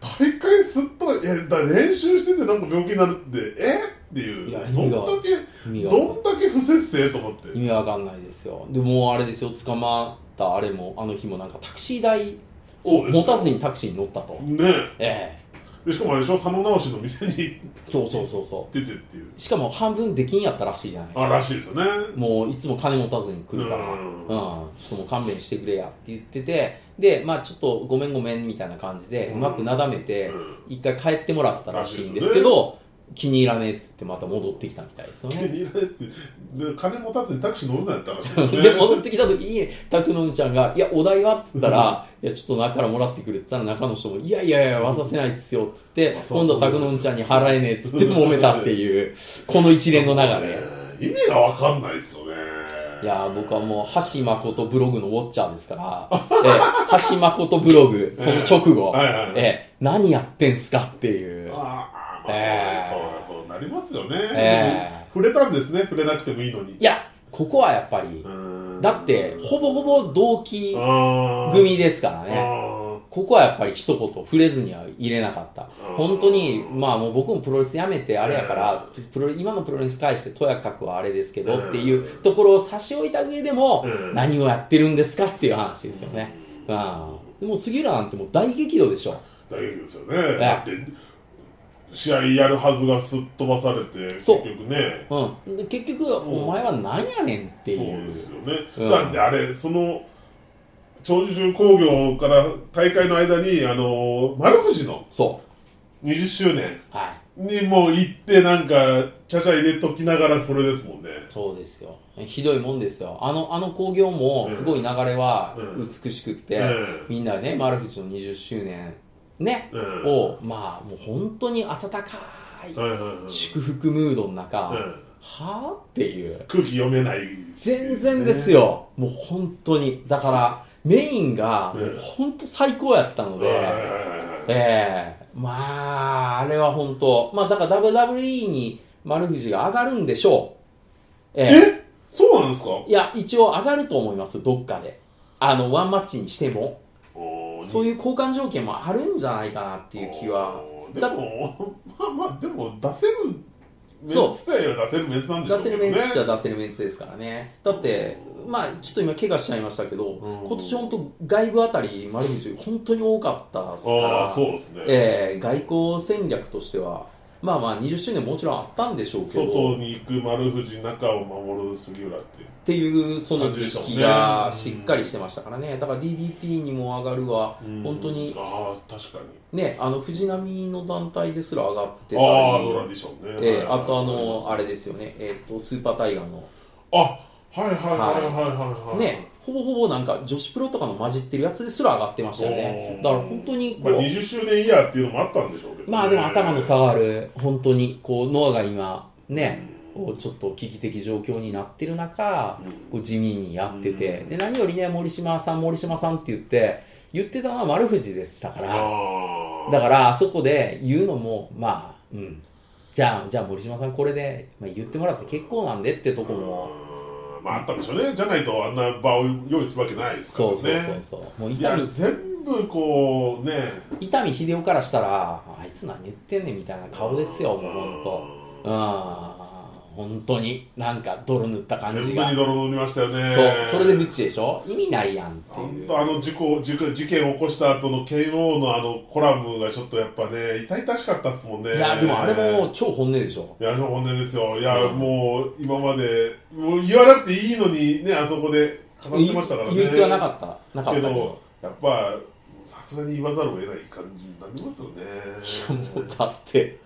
Speaker 2: 大会すっ飛ば、いや、だから練習しててなんか病気になるって、えっていう。
Speaker 3: いや
Speaker 2: どんだ
Speaker 3: 意味
Speaker 2: け、
Speaker 3: が
Speaker 2: どんだけ不節制と思って。
Speaker 3: 意味わかんないですよ。でもうあれですよ、捕まったあれも、あの日もなんかタクシー代
Speaker 2: そうです
Speaker 3: 持
Speaker 2: よ
Speaker 3: たずにタクシーに乗ったと。
Speaker 2: ね
Speaker 3: え
Speaker 2: で、しかもあれでしょ、佐野直しの店に
Speaker 3: えそうそうそうそ
Speaker 2: 出てっていう。
Speaker 3: う。しかも半分できんやったらしいじゃないですか
Speaker 2: あ、らしいですよね。
Speaker 3: もういつも金持たずに来るから、う
Speaker 2: うんん、
Speaker 3: ちょっともう勘弁してくれやって言ってて、で、まあちょっとごめんごめんみたいな感じで、う
Speaker 2: うん
Speaker 3: まくなだめて
Speaker 2: うん、
Speaker 3: 一回帰ってもらったらしいんですけど、気に入らねえって言ってまた戻ってきたみたいですよ
Speaker 2: 手
Speaker 3: ね。
Speaker 2: に入れて、で金持たずにタクシー乗るなよって話です
Speaker 3: で、
Speaker 2: よね。
Speaker 3: 戻ってきた時に、拓野ちゃんが、いや、お代はって言ったら、 いや、ちょっと中からもらってくるって言ったら、中の人も、いやいやいや、渡せないっすよって言 って、
Speaker 2: そう
Speaker 3: 今度拓野ちゃんに払えねえって言って揉めたっていう、この一連の流れ。
Speaker 2: 意味がわかんないですよね。
Speaker 3: いやー僕はもう橋誠ブログのウォッチャーですから、 ええ橋誠ブログ、その直後、
Speaker 2: はいはいはい
Speaker 3: ええ何やってんすかっていう、
Speaker 2: ああ、まあ、
Speaker 3: えー
Speaker 2: そうだねそうだそうなりますよね、
Speaker 3: え
Speaker 2: でも触れたんですね触れなくてもいいのに
Speaker 3: いや、ここはやっぱり、だって、ほぼほぼ同期組ですからね、
Speaker 2: ね
Speaker 3: ここはやっぱり一言触れずには入れなかった。本当に、まあもう僕もプロレスやめてあれやから、プロ今のプロレス返してとやかくはあれですけどっていうところを差し置いた上でも
Speaker 2: う、ん
Speaker 3: 何をやってるんですかっていう話ですよね。うん。でも杉浦なんてもう大激怒でしょ。
Speaker 2: 大丈夫ですよね、だって試合やるはずがすっ飛ばされて結
Speaker 3: そう
Speaker 2: 局ね
Speaker 3: うん、で結局、お前は何やねんって
Speaker 2: そう
Speaker 3: いう
Speaker 2: ですよね、
Speaker 3: うん
Speaker 2: だってあれその長寿州工業から大会の間にあの丸藤の
Speaker 3: そ
Speaker 2: 20周年
Speaker 3: うはい
Speaker 2: にもう行ってなんかちゃちゃ入れときながらそれですもんね。
Speaker 3: そうですよ。ひどいもんですよ。あの、あの興行も、すごい流れは
Speaker 2: うん
Speaker 3: 美しくって、
Speaker 2: うん
Speaker 3: みんなね、丸淵の20周年、ね、
Speaker 2: うん
Speaker 3: を、まあ、もう本当に温かい
Speaker 2: はいはいはい。
Speaker 3: 祝福ムードの中、
Speaker 2: うん
Speaker 3: はぁっていう。
Speaker 2: 空気読めない。
Speaker 3: 全然ですよ。もう本当に。だから、メインが、
Speaker 2: うん
Speaker 3: もう本当最高やったの
Speaker 2: はいは
Speaker 3: で、
Speaker 2: いはいはい。
Speaker 3: ええまあ、あれは本当。まあ、だから WWE に丸藤が上がるんでしょう。ええ
Speaker 2: えそうなんですか
Speaker 3: いや、一応上がると思います、どっかで。あの、ワンマッチにしても。
Speaker 2: おー
Speaker 3: そういう交換条件もあるんじゃないかなっていう気は。
Speaker 2: で
Speaker 3: だ
Speaker 2: も、 まあまあ、でも出せるメ
Speaker 3: そう
Speaker 2: ンツ自体は出せるメンツなんでしょ
Speaker 3: 出
Speaker 2: う
Speaker 3: せ
Speaker 2: け
Speaker 3: る
Speaker 2: ど
Speaker 3: メ
Speaker 2: ね。
Speaker 3: ンツっちゃ出せるメンツですからね。だって、まあ、ちょっと今、怪我しちゃいましたけど、
Speaker 2: うん
Speaker 3: 今年本当、外部あたり、丸藤、本当に多かったですから。
Speaker 2: ああ、そうですね。
Speaker 3: ええ外交戦略としては、まあまあ、20周年もちろんあったんでしょうけど。
Speaker 2: 外に行く丸藤中を守る杉浦っていう
Speaker 3: っていうその
Speaker 2: 感じ
Speaker 3: 知
Speaker 2: でしたもんね
Speaker 3: 識がしっかりしてましたからね、だから DDT にも上がるは、
Speaker 2: うん
Speaker 3: 本当に
Speaker 2: ああ確かに
Speaker 3: ね、あの藤波の団体ですら上がってたり、
Speaker 2: ああドラディションね、
Speaker 3: えー
Speaker 2: はい
Speaker 3: あとあの、あれですよね、えー、とスーパータイガーの、
Speaker 2: あはいはいはいはいはいはい
Speaker 3: ね、ほぼほぼなんか女子プロとかの混じってるやつですら上がってましたよね
Speaker 2: う、ん
Speaker 3: だから本当に
Speaker 2: ま
Speaker 3: こ
Speaker 2: あ、
Speaker 3: う、
Speaker 2: 20周年イヤーっていうのもあったんでしょうけど、
Speaker 3: まあでも頭の差がある、本当に、こう、ノアが今、ね、こうちょっと危機的状況になってる中、こう地味にやってて、で、何よりね、森島さん、森島さんって言って、言ってたのは丸藤でしたから、
Speaker 2: あ
Speaker 3: だ
Speaker 2: だ
Speaker 3: から、あそこで言うのも、まあ、うん。じゃあ、じゃあ森島さんこれで、まあ、言ってもらって結構なんでってとこも、
Speaker 2: まああったんでしょうねじゃないとあんな場を用意するわけないですから
Speaker 3: そ
Speaker 2: ね
Speaker 3: うそうそうそう、もう
Speaker 2: い
Speaker 3: 痛
Speaker 2: や
Speaker 3: み、
Speaker 2: 全部こうね
Speaker 3: 伊丹秀夫からしたら、あいつ何言ってんねんみたいな顔ですよ、もうほんと。うん、本当に、なんか泥塗った感じ
Speaker 2: 全部
Speaker 3: が。
Speaker 2: に
Speaker 3: そう、
Speaker 2: 泥塗りましたよね
Speaker 3: それでブッチでしょ意味ないやんって
Speaker 2: 本
Speaker 3: いう。
Speaker 2: 当あの事故事故事件を起こした後の KO のあのコラムがちょっとやっぱね痛々しかったですもんね
Speaker 3: いや、でもあれも超本音でしょ
Speaker 2: いや本音ですよいや、もう今までもう言わなくていいのにねあそこで語ってましたからね
Speaker 3: 言う必要はな
Speaker 2: っ
Speaker 3: かった。なかった
Speaker 2: け
Speaker 3: けど。
Speaker 2: どやっぱさすがに言わざるを得ない感じになりますよね
Speaker 3: もうだって、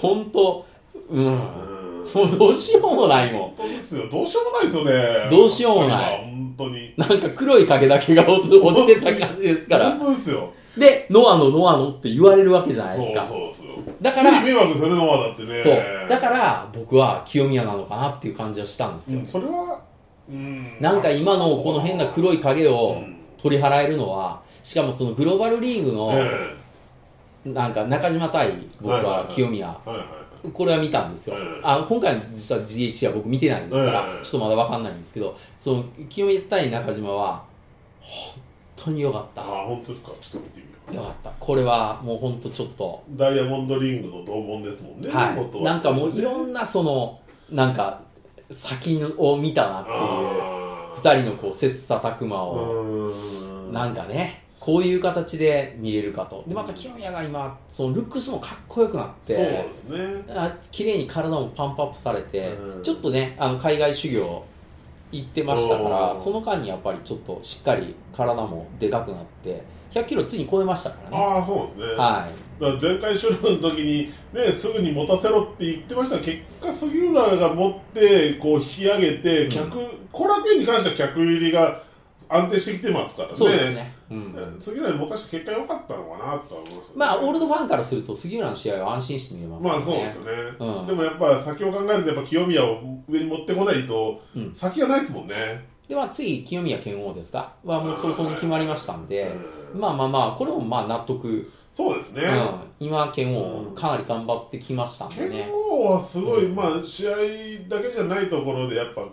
Speaker 3: 本当うん。も
Speaker 2: うん
Speaker 3: うどうしようもないもん。
Speaker 2: 本当ですよどうしようもないですよね
Speaker 3: どうしようもない
Speaker 2: 本当に
Speaker 3: なんか黒い影だけが落 ち落ちてた感じですから。
Speaker 2: 本当ですよ
Speaker 3: で、ノアのノアのって言われるわけじゃない
Speaker 2: そう
Speaker 3: ですか。
Speaker 2: そうですよ
Speaker 3: だから、
Speaker 2: いい迷惑ですよねノアだってね
Speaker 3: そう。だから、僕は清宮なのかなっていう感じはしたんですよ。
Speaker 2: うん、それは、うん、
Speaker 3: なんか今のこの変な黒い影を
Speaker 2: うん
Speaker 3: 取り払えるのは、しかもそのグローバルリーグの、
Speaker 2: え
Speaker 3: なんか中島対僕
Speaker 2: はいはい
Speaker 3: は
Speaker 2: はい
Speaker 3: 清宮、
Speaker 2: えはいはい
Speaker 3: これは見たんですよ
Speaker 2: ええ。
Speaker 3: あの今回の実は GHC は僕見てないんですから
Speaker 2: え、え
Speaker 3: ちょっとまだわかんないんですけど、その清宮対中島は、本当に良かっ
Speaker 2: ああ
Speaker 3: た。
Speaker 2: 本当ですかちょっと見てみよ
Speaker 3: 良かった。これはもう本当ちょっと、
Speaker 2: うダイヤモンドリングの同門ですもんね
Speaker 3: はい。なんかもういろ
Speaker 2: なん
Speaker 3: なその、なんか先を見たなっていう。
Speaker 2: あー
Speaker 3: 二人のこう切磋琢磨を、
Speaker 2: うーん
Speaker 3: なんかねこういう形で見れるかとでまた清宮が今そのルックスもかっこよくなっ
Speaker 2: そうで
Speaker 3: て
Speaker 2: すね
Speaker 3: あ綺麗に体もパンプアップされて
Speaker 2: うん
Speaker 3: ちょっとねあの海外修行行ってましたから
Speaker 2: おー
Speaker 3: その間にやっぱりちょっとしっかり体もでかくなって1 0 0キロついに超えましたからね
Speaker 2: ああそうですね、
Speaker 3: は
Speaker 2: だから前回収録の時にねすぐに持たせろって言ってましたが結果杉浦が持ってこう引き上げて客後、楽園に関しては客入りが安定してきてますからね
Speaker 3: いそうですねうん
Speaker 2: 杉浦に持たして結果良かったのかなとは思いますけどね
Speaker 3: まあオールドファンからすると杉浦の試合は安心して見れます
Speaker 2: まあそうですよね、
Speaker 3: うん
Speaker 2: でもやっぱ先を考えるとやっぱ清宮を上に持ってこないと
Speaker 3: うん
Speaker 2: 先がないですもんね、
Speaker 3: では次清宮拳王ですかはもう早々に決まりましたんで
Speaker 2: うん
Speaker 3: まあまあまあこれもまあ納得、
Speaker 2: そうですね、
Speaker 3: うん、今拳王かなり頑張ってきましたんでね
Speaker 2: 剣豪はすごい、
Speaker 3: うん
Speaker 2: まあ試合だけじゃないところでやっぱ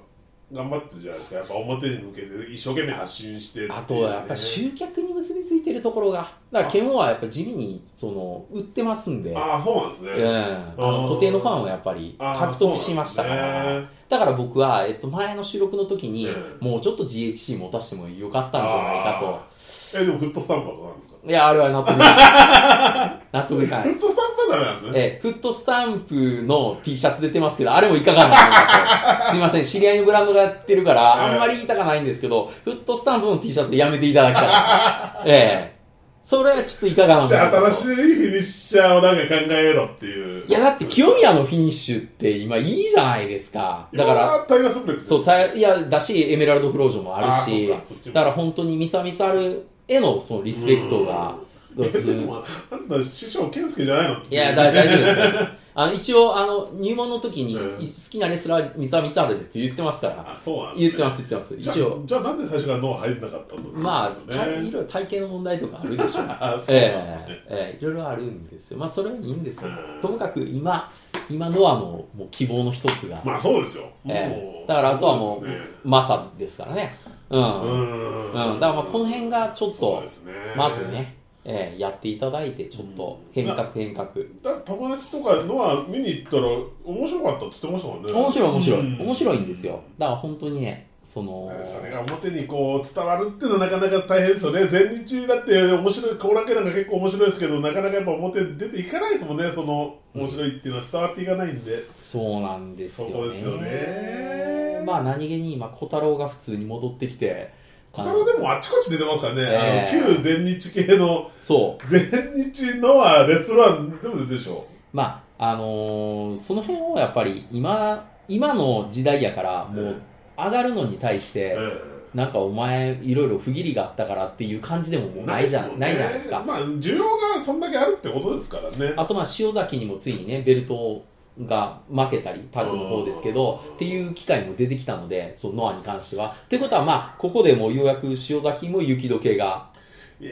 Speaker 2: 頑張ってるじゃないですかやっぱ表に向けて一生懸命発信してっていうね
Speaker 3: あとはやっぱ集客に結びついてるところがだから拳王はやっぱ地味にその売ってますんで、うん、あ
Speaker 2: ああそうなんですね、
Speaker 3: の固定のファンをやっぱり
Speaker 2: あー
Speaker 3: 獲得しましたか
Speaker 2: そうなん
Speaker 3: ら、
Speaker 2: ですね
Speaker 3: だから僕は、えっと、前の収録の時に、
Speaker 2: うん
Speaker 3: もうちょっと GHC 持たせてもよかったんじゃないかと
Speaker 2: えでもフットスタンパーとなんですか
Speaker 3: いやあれは納 得いかない納得いかないで
Speaker 2: フッ
Speaker 3: す
Speaker 2: トスタンパーダメなんですね
Speaker 3: えー、フットスタンプの T シャツ出てますけど、あれもいかがなのかと。すいません、知り合いのブランドがやってるから、
Speaker 2: えー
Speaker 3: あんまり言いたくないんですけど、フットスタンプの T シャツやめていただきたい。ええそれはちょっといかがなもの
Speaker 2: で、
Speaker 3: かと
Speaker 2: 新しいフィニッシャーをなんか考えろっていう。
Speaker 3: いや、だって清宮のフィニッシュって今いいじゃないですか。だから、
Speaker 2: 今、タイガースプレックス。
Speaker 3: そう、たいや、だし、エメラルドフロージョンもあるし
Speaker 2: あそっかそっち、も
Speaker 3: だから本当にミサミサルへのそのリスペクトが、どうす
Speaker 2: で
Speaker 3: る
Speaker 2: も、あんた、師匠、健介じゃないの
Speaker 3: いや、だ大丈夫 です。あの、一応、あの、入門の時に、
Speaker 2: うん
Speaker 3: い好きなレスラーはミサミサルですって言ってますから、
Speaker 2: あ、そうなんです、ね。
Speaker 3: 言ってます、言ってます。
Speaker 2: じゃあ
Speaker 3: 一応、
Speaker 2: じゃあなんで最初から脳入んなかったんだろう
Speaker 3: まあ、
Speaker 2: ですよ
Speaker 3: たい
Speaker 2: ね
Speaker 3: ろいろ体型の問題とかあるでしょう。
Speaker 2: あ、そうなんですね。
Speaker 3: ええええいろいろあるんですよ。まあ、それはいいんですよ
Speaker 2: う。ん
Speaker 3: ともかく今、今ノアのもう希望の一つが、
Speaker 2: まあそうですよ。
Speaker 3: え
Speaker 2: も
Speaker 3: え
Speaker 2: う
Speaker 3: だからあとはも
Speaker 2: そうですね
Speaker 3: マサですからね。うん。
Speaker 2: う
Speaker 3: うん。
Speaker 2: ん。
Speaker 3: だからまあこの辺がちょっ
Speaker 2: そう
Speaker 3: と
Speaker 2: で、すね
Speaker 3: まず。ね、えーやっていただいて、ちょっと変革変革。
Speaker 2: だから友達とかのは見に行ったら面白かったって言ってましたもんね。
Speaker 3: 面白い面白い。
Speaker 2: うん
Speaker 3: 面白いんですよ。だから本当にね、その、
Speaker 2: それが表にこう伝わるっていうのはなかなか大変ですよね、前日だって面白い、後楽園なんか結構面白いですけど、なかなかやっぱ表に出ていかないですもんね、その面白いっていうのは伝わっていかないんで、
Speaker 3: そうなんですよね。
Speaker 2: そこですよね
Speaker 3: まあ何気に今、小太郎が普通に戻ってきて、
Speaker 2: 小太郎でもあちこち出てますからね、
Speaker 3: ええ
Speaker 2: あの旧全日系の、
Speaker 3: そう。
Speaker 2: 全日のはレストラン全部出てるでしょ。
Speaker 3: まあ、あのーその辺をやっぱり今、今の時代やから、も
Speaker 2: う
Speaker 3: うん上がるのに対して、なんかお前、いろいろ不義理があったからっていう感じでももうないじゃん、ないじゃないですか。
Speaker 2: まあ、需要がそんだけあるってことですからね。
Speaker 3: あとまあ、塩崎にもついにね、ベルトが負けたり、タッグの方ですけど、っていう機会も出てきたので、そのノアに関しては。ということはまあ、ここでもうようやく塩崎も雪解けが、
Speaker 2: え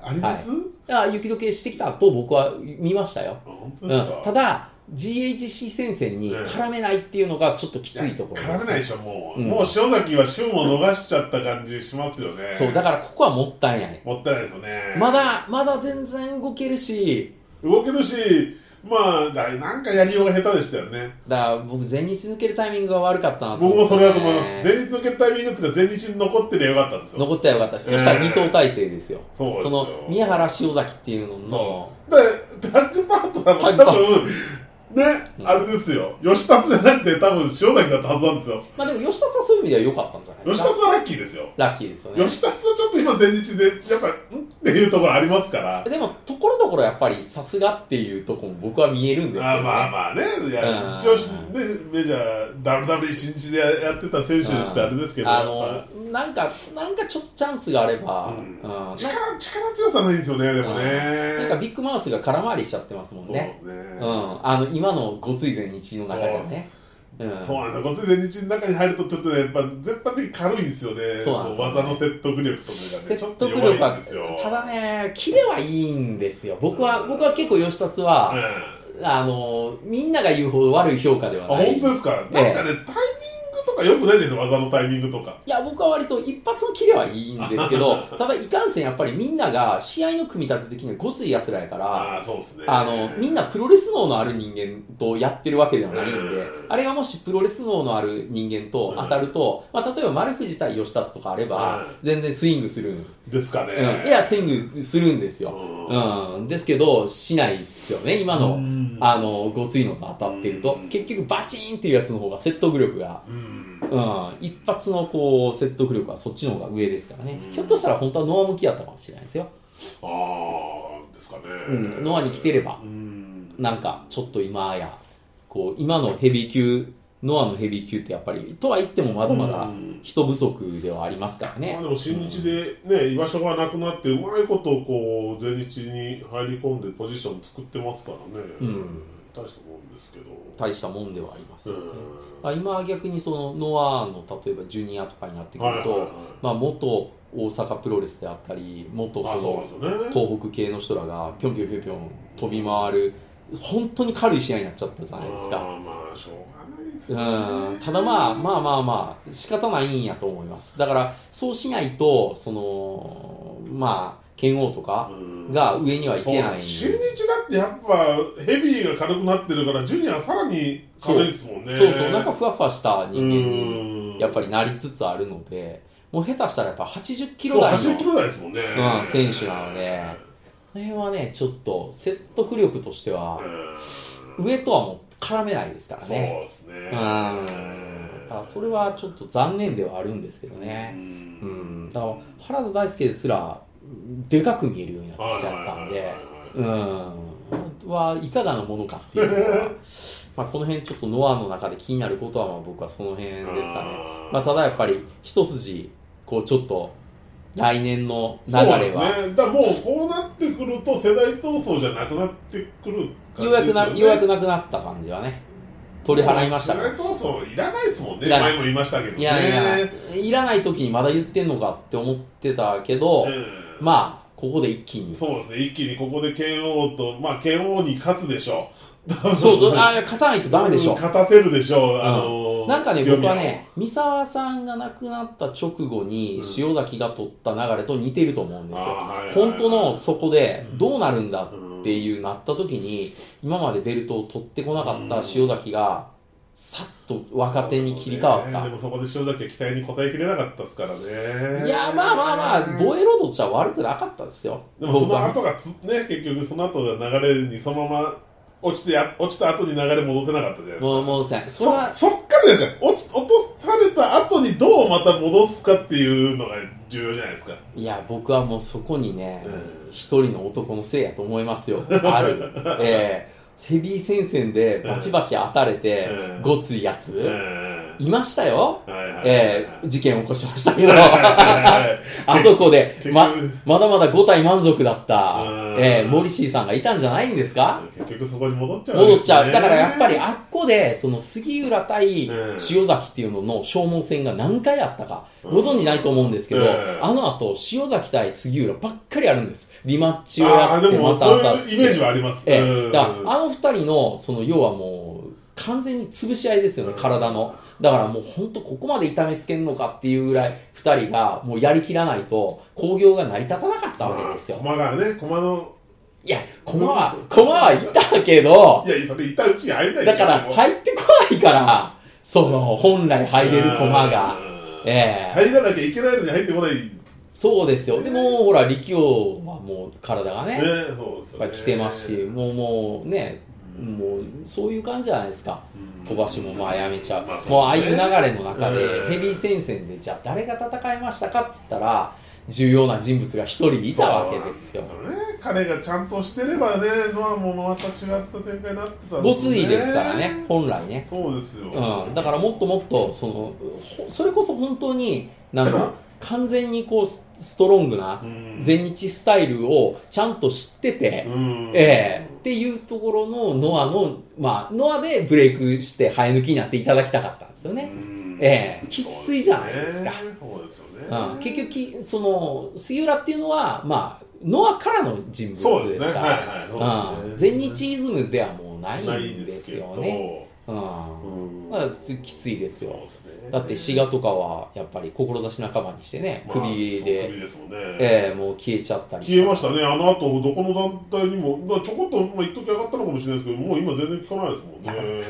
Speaker 2: ー、あります、
Speaker 3: あ雪解けしてきたと僕は見ましたよ
Speaker 2: あ。本当
Speaker 3: う
Speaker 2: です
Speaker 3: ん
Speaker 2: か、、
Speaker 3: ただ、GHC 戦線に絡めないっていうのがちょっときついところ
Speaker 2: い
Speaker 3: す
Speaker 2: や絡めないでしょ、もう。
Speaker 3: うん
Speaker 2: もう塩崎は旬を逃しちゃった感じしますよね。
Speaker 3: そう、だからここはもったいない。
Speaker 2: もったいないですよね。
Speaker 3: まだ、まだ全然動けるし、
Speaker 2: 動けるし、まあ、だなんかやりようが下手でしたよね。
Speaker 3: だから僕、前日抜けるタイミングが悪かったなと
Speaker 2: 僕
Speaker 3: 思
Speaker 2: も
Speaker 3: って
Speaker 2: そ
Speaker 3: ね
Speaker 2: れだと思います。前日の決タイミングっていうか、前日に残ってりゃよかったんですよ。
Speaker 3: 残ったらよかったです。そしたら二等体制ですよ。
Speaker 2: そうですよ
Speaker 3: の、宮原塩崎っていうの
Speaker 2: そ
Speaker 3: の、
Speaker 2: う。で、タッグパートナーも
Speaker 3: タッグパ
Speaker 2: 多分、ね、
Speaker 3: うん
Speaker 2: あれですよ。吉達じゃなくて多分塩崎だったはずなんですよ。
Speaker 3: まあでも吉田さんそういう意味では良かったんじゃないで
Speaker 2: 吉
Speaker 3: す
Speaker 2: 達
Speaker 3: か。
Speaker 2: はラッキーですよ。
Speaker 3: ラッキーですよね。
Speaker 2: 吉達はちょっと今前日で、やっぱ、んっていうところありますから。
Speaker 3: でも、ところどころやっぱりさすがっていうところも僕は見えるんですよ、ね。
Speaker 2: あまあまあね、い
Speaker 3: うん
Speaker 2: や一応し、ね、メジャー、WWE 新日でやってた選手ですから、あれですけど、
Speaker 3: あ
Speaker 2: やっ
Speaker 3: の、なんか、なんかちょっとチャンスがあれば、
Speaker 2: うん
Speaker 3: うんなんか
Speaker 2: ぱ力力強さないんですよね、でもね。
Speaker 3: なんかビッグマウスが空回りしちゃってますもん
Speaker 2: そう
Speaker 3: ね
Speaker 2: で。すね。
Speaker 3: うん、あの今のごつい前日の中じゃね。うん、
Speaker 2: そうなんですよ、ご全日の中に入ると、ちょっとね、やっぱ全般的に軽いんですよね、
Speaker 3: そうなんですよね
Speaker 2: 技の説得力とかがね、ち
Speaker 3: 説
Speaker 2: ょっと
Speaker 3: 得
Speaker 2: 弱
Speaker 3: 力
Speaker 2: いん
Speaker 3: は
Speaker 2: ですよ。、
Speaker 3: ただね、キレはいいんですよ。僕は、僕は結構吉達
Speaker 2: うん、
Speaker 3: は、
Speaker 2: あ
Speaker 3: あの、みんなが言うほど悪い評価ではない。
Speaker 2: 本当ですか、
Speaker 3: ええ
Speaker 2: なんかね、タイミングとかよくないですよ、技のタイミングとか。
Speaker 3: いや、僕は割と一発のキレはいいんですけ ど、ただいかんせんやっぱりみんなが試合の組み立て的にはごつい奴らやから、
Speaker 2: ああ、そうですね。
Speaker 3: あの、みんなプロレス脳のある人間とやってるわけではないんで
Speaker 2: う、ん
Speaker 3: あれがもしプロレス脳のある人間と当たると、まあ、例えば丸藤対吉田とかあれば
Speaker 2: うん、
Speaker 3: 全然スイングするん。
Speaker 2: ですかね。
Speaker 3: うん。いや、スイングするんですよ。うん。ですけど、しないですよね、今
Speaker 2: う
Speaker 3: の
Speaker 2: ん、
Speaker 3: あの、ごついのと当たってると
Speaker 2: うん、
Speaker 3: 結局バチーンっていうやつの方が説得力が、
Speaker 2: うん
Speaker 3: うん。一発のこう、説得力はそっちの方が上ですからね
Speaker 2: う。ん
Speaker 3: ひょっとしたら本当はノア向きやったかもしれないですよ。
Speaker 2: ああですかね、
Speaker 3: うん。ノアに来てれば
Speaker 2: う。ん
Speaker 3: なんかちょっと今やこう今のヘビー級ノアのヘビー級ってやっぱりとは言ってもまだまだ
Speaker 2: うん
Speaker 3: 人不足ではありますからね
Speaker 2: まあ、でも新日で、ね居場所がなくなってうまいことをこう前日に入り込んでポジション作ってますからね、
Speaker 3: うん
Speaker 2: 大したもんですけど、
Speaker 3: 大したもんではありますよね、
Speaker 2: うん
Speaker 3: まあ今は逆にそのノアの例えばジュニアとかになってくると、
Speaker 2: はいはいはい
Speaker 3: まあ、元大阪プロレスであったり元
Speaker 2: あそうな
Speaker 3: そ
Speaker 2: んですよ
Speaker 3: の
Speaker 2: ね
Speaker 3: 東北系の人らがぴょんぴょんぴょんぴょん飛び回る本当に軽い試合になっちゃったじゃないですか
Speaker 2: まあまあしょうがないですね
Speaker 3: うんただまあまあまあまあ仕方ないんやと思いますだからそうしないとそのまあ剣王とか
Speaker 2: うん
Speaker 3: が上にはいけない
Speaker 2: そう新日だってやっぱヘビーが軽くなってるからジュニアはさらに軽いですもんね
Speaker 3: そうそうなんかふわふわした人間
Speaker 2: うん
Speaker 3: にやっぱりなりつつあるのでもう下手したらやっぱ80キ
Speaker 2: そ
Speaker 3: ロ
Speaker 2: う
Speaker 3: 台の
Speaker 2: 80キロ台ですもんね、
Speaker 3: うん、選手なのでそれはねちょっと説得力として
Speaker 2: う
Speaker 3: は
Speaker 2: ん
Speaker 3: 上とはもう絡めないですから
Speaker 2: そう
Speaker 3: ね
Speaker 2: ですね
Speaker 3: うんだからそれはちょっと残念ではあるんですけどね、
Speaker 2: うん
Speaker 3: うん、だから原田大輔ですらでかく見えるようになってきちゃったんで、うん、はいかがなものかっていうのは、まあ、この辺ちょっとノアの中で気になることは、まあ僕はその辺ですかね。まあ、ただやっぱり、一筋、こうちょっと、来年の流れ
Speaker 2: そうです
Speaker 3: は、
Speaker 2: ね。だからもうこうなってくると世代闘争じゃなくなってくる感
Speaker 3: ようや
Speaker 2: じ
Speaker 3: く
Speaker 2: です
Speaker 3: な、
Speaker 2: よ
Speaker 3: よ
Speaker 2: ね。
Speaker 3: うやくなくなった感じはね、取り払いました
Speaker 2: 世
Speaker 3: か
Speaker 2: 代
Speaker 3: ら。
Speaker 2: 闘争いらないですもんね。
Speaker 3: いらない
Speaker 2: 前も言いましたけどね。
Speaker 3: いらないいらない。いらない時にまだ言ってんのかって思ってたけど、
Speaker 2: うん
Speaker 3: まあ、ここで一気に。
Speaker 2: そうですね。一気にここで剣王と、まあ剣王に勝つでしょう。
Speaker 3: そう そう、あ勝たないとダメでしょ。
Speaker 2: 勝たせるでしょう。あのー
Speaker 3: なんかね、
Speaker 2: 清
Speaker 3: 僕
Speaker 2: 宮
Speaker 3: はね、三沢さんが亡くなった直後に、塩崎が取った流れと似てると思うんですよ
Speaker 2: あーはいはいは。い
Speaker 3: 本当のそこで、どうなるんだっていうなった時に、今までベルトを取ってこなかった塩崎が、さっと若手に切り替わっ
Speaker 2: そうねで
Speaker 3: た。
Speaker 2: もそこで塩崎は期待に応えきれなかったですからね。
Speaker 3: いや、まあまあまあ、ボエロードとしては悪くなかったですよ。
Speaker 2: でもそ
Speaker 3: 僕
Speaker 2: の
Speaker 3: は。
Speaker 2: 後がつ、ね、結局その後が流れにそのまま落ちてや、落ちた後に流れ戻せなかったじゃないですか。
Speaker 3: もう、もうさ、それは、
Speaker 2: そそっからですね落ち落とされた後にどうまた戻すかっていうのが重要じゃないですか
Speaker 3: いや、僕はもうそこにね
Speaker 2: う、
Speaker 3: 一人の男のせいやと思いますよ。ある。ええセビー戦線でバチバチ当たれて
Speaker 2: う、ん
Speaker 3: ごついやつ、
Speaker 2: え
Speaker 3: いましたよ。
Speaker 2: えはいはいはい
Speaker 3: ええ事件を起こしましたけど、
Speaker 2: はい
Speaker 3: あそこで、
Speaker 2: 結局
Speaker 3: ま、まだまだ5体満足だった
Speaker 2: うん、
Speaker 3: ええモリシーさんがいたんじゃないんですか
Speaker 2: 結局そこに戻っちゃうんですね
Speaker 3: 戻っちゃう。だからやっぱりあっこで、その杉浦対
Speaker 2: うん
Speaker 3: 塩崎っていうのの消耗戦が何回あったか、ご存知ないと思うんですけど、
Speaker 2: うん
Speaker 3: あの後、塩崎対杉浦ばっかりあるんです。リマッチを
Speaker 2: あ
Speaker 3: や
Speaker 2: あ
Speaker 3: って
Speaker 2: で
Speaker 3: ま
Speaker 2: も
Speaker 3: た
Speaker 2: そう
Speaker 3: 当たっ
Speaker 2: いうイメージ
Speaker 3: て。
Speaker 2: はあります
Speaker 3: え
Speaker 2: う
Speaker 3: え、
Speaker 2: ん
Speaker 3: だからあの二人の、その要はもう、完全に潰し合いですよね、体の。だからもう本当ここまで痛めつけるのかっていうぐらい、二人がもうやりきらないと、興行が成り立たなかったわけですよ。
Speaker 2: まあ駒がね駒の
Speaker 3: いや、駒は、駒はいたけど、
Speaker 2: いやそれいたうちに入れないで
Speaker 3: だ
Speaker 2: し
Speaker 3: か
Speaker 2: ょ
Speaker 3: ら
Speaker 2: もう
Speaker 3: 入ってこないから、その本来入れる駒が
Speaker 2: う。ん
Speaker 3: ええ
Speaker 2: 入らなきゃいけないのに入ってこないね
Speaker 3: そうですよ。でも、ほら、力王はもう体がね、
Speaker 2: そうですよ
Speaker 3: やっ
Speaker 2: ね
Speaker 3: ぱ来てますし、もうもうね、もうそういう感じじゃないですか。
Speaker 2: うん
Speaker 3: 小橋もまあやめちゃう。
Speaker 2: まあそうですね
Speaker 3: もうああいう流れの中
Speaker 2: う
Speaker 3: で、ヘ
Speaker 2: ん
Speaker 3: ビー戦線で、じゃあ誰が戦いましたかって言ったら、重要な人物が一人いたわけですよ。
Speaker 2: そうなんですよね彼がちゃんとしてればね、ノアもまた違った展開になってたん
Speaker 3: ごついですからね、本来ね。
Speaker 2: そうですよ。
Speaker 3: うん、だからもっともっとそのほそれこそ本当になん か完全にこうスストロングな
Speaker 2: うん
Speaker 3: 全日スタイルをちゃんと知ってて、
Speaker 2: うん
Speaker 3: ええっていうところのノアの、まあ、ノアでブレイクして生え抜きになっていただきたかったんですよね。
Speaker 2: うん
Speaker 3: ええ生粋じゃないですか
Speaker 2: そうですよね。
Speaker 3: うん、結局きその杉浦っていうのは、まあ、ノアからの人物ですか
Speaker 2: そ
Speaker 3: ら
Speaker 2: うですね。はいはい。そう
Speaker 3: うん
Speaker 2: ですね
Speaker 3: 全日イズムではもうない
Speaker 2: ない
Speaker 3: ん
Speaker 2: ん
Speaker 3: で
Speaker 2: です
Speaker 3: す
Speaker 2: け
Speaker 3: よ
Speaker 2: ど。
Speaker 3: ね。うん
Speaker 2: うん
Speaker 3: まあ、つきついです
Speaker 2: そう
Speaker 3: よ。
Speaker 2: ですね。
Speaker 3: だって滋賀とかはやっぱり志仲間にしてね
Speaker 2: まあ
Speaker 3: 首
Speaker 2: そう
Speaker 3: で
Speaker 2: 首、ですもんね。
Speaker 3: ええもう消えちゃったり
Speaker 2: 消えましたね。あの後どこの団体にも、まあちょこっとまあ一時上がったのかもしれないですけど、もう今全然聞かないですもん
Speaker 3: やっぱり
Speaker 2: ね。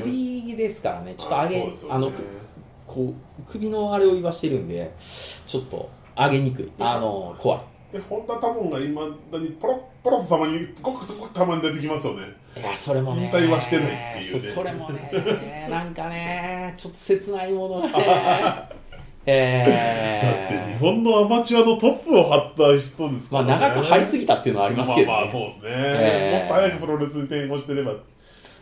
Speaker 3: 首ですからねちょっと上げ
Speaker 2: そ
Speaker 3: あ,、
Speaker 2: うですよね
Speaker 3: のくこう首のあれを言わしてるんでちょっと上げにくいあの怖
Speaker 2: で、本田多分がいまだにポロッポロッとたまにごくごくたまに出てきますよね。
Speaker 3: いいやそれもね
Speaker 2: 引退はしてないっていうね
Speaker 3: そそれもねなんかねちょっと切ないものがね え
Speaker 2: だって日
Speaker 3: え
Speaker 2: 本のアマチュアのトップを張った人です
Speaker 3: ま
Speaker 2: か
Speaker 3: あ
Speaker 2: らね。
Speaker 3: 長く張りす
Speaker 2: ぎ
Speaker 3: ぎたっていうのはありますけど、ね
Speaker 2: まあまあそうですね、
Speaker 3: ええ
Speaker 2: もっと早くプロレスに転向してれば。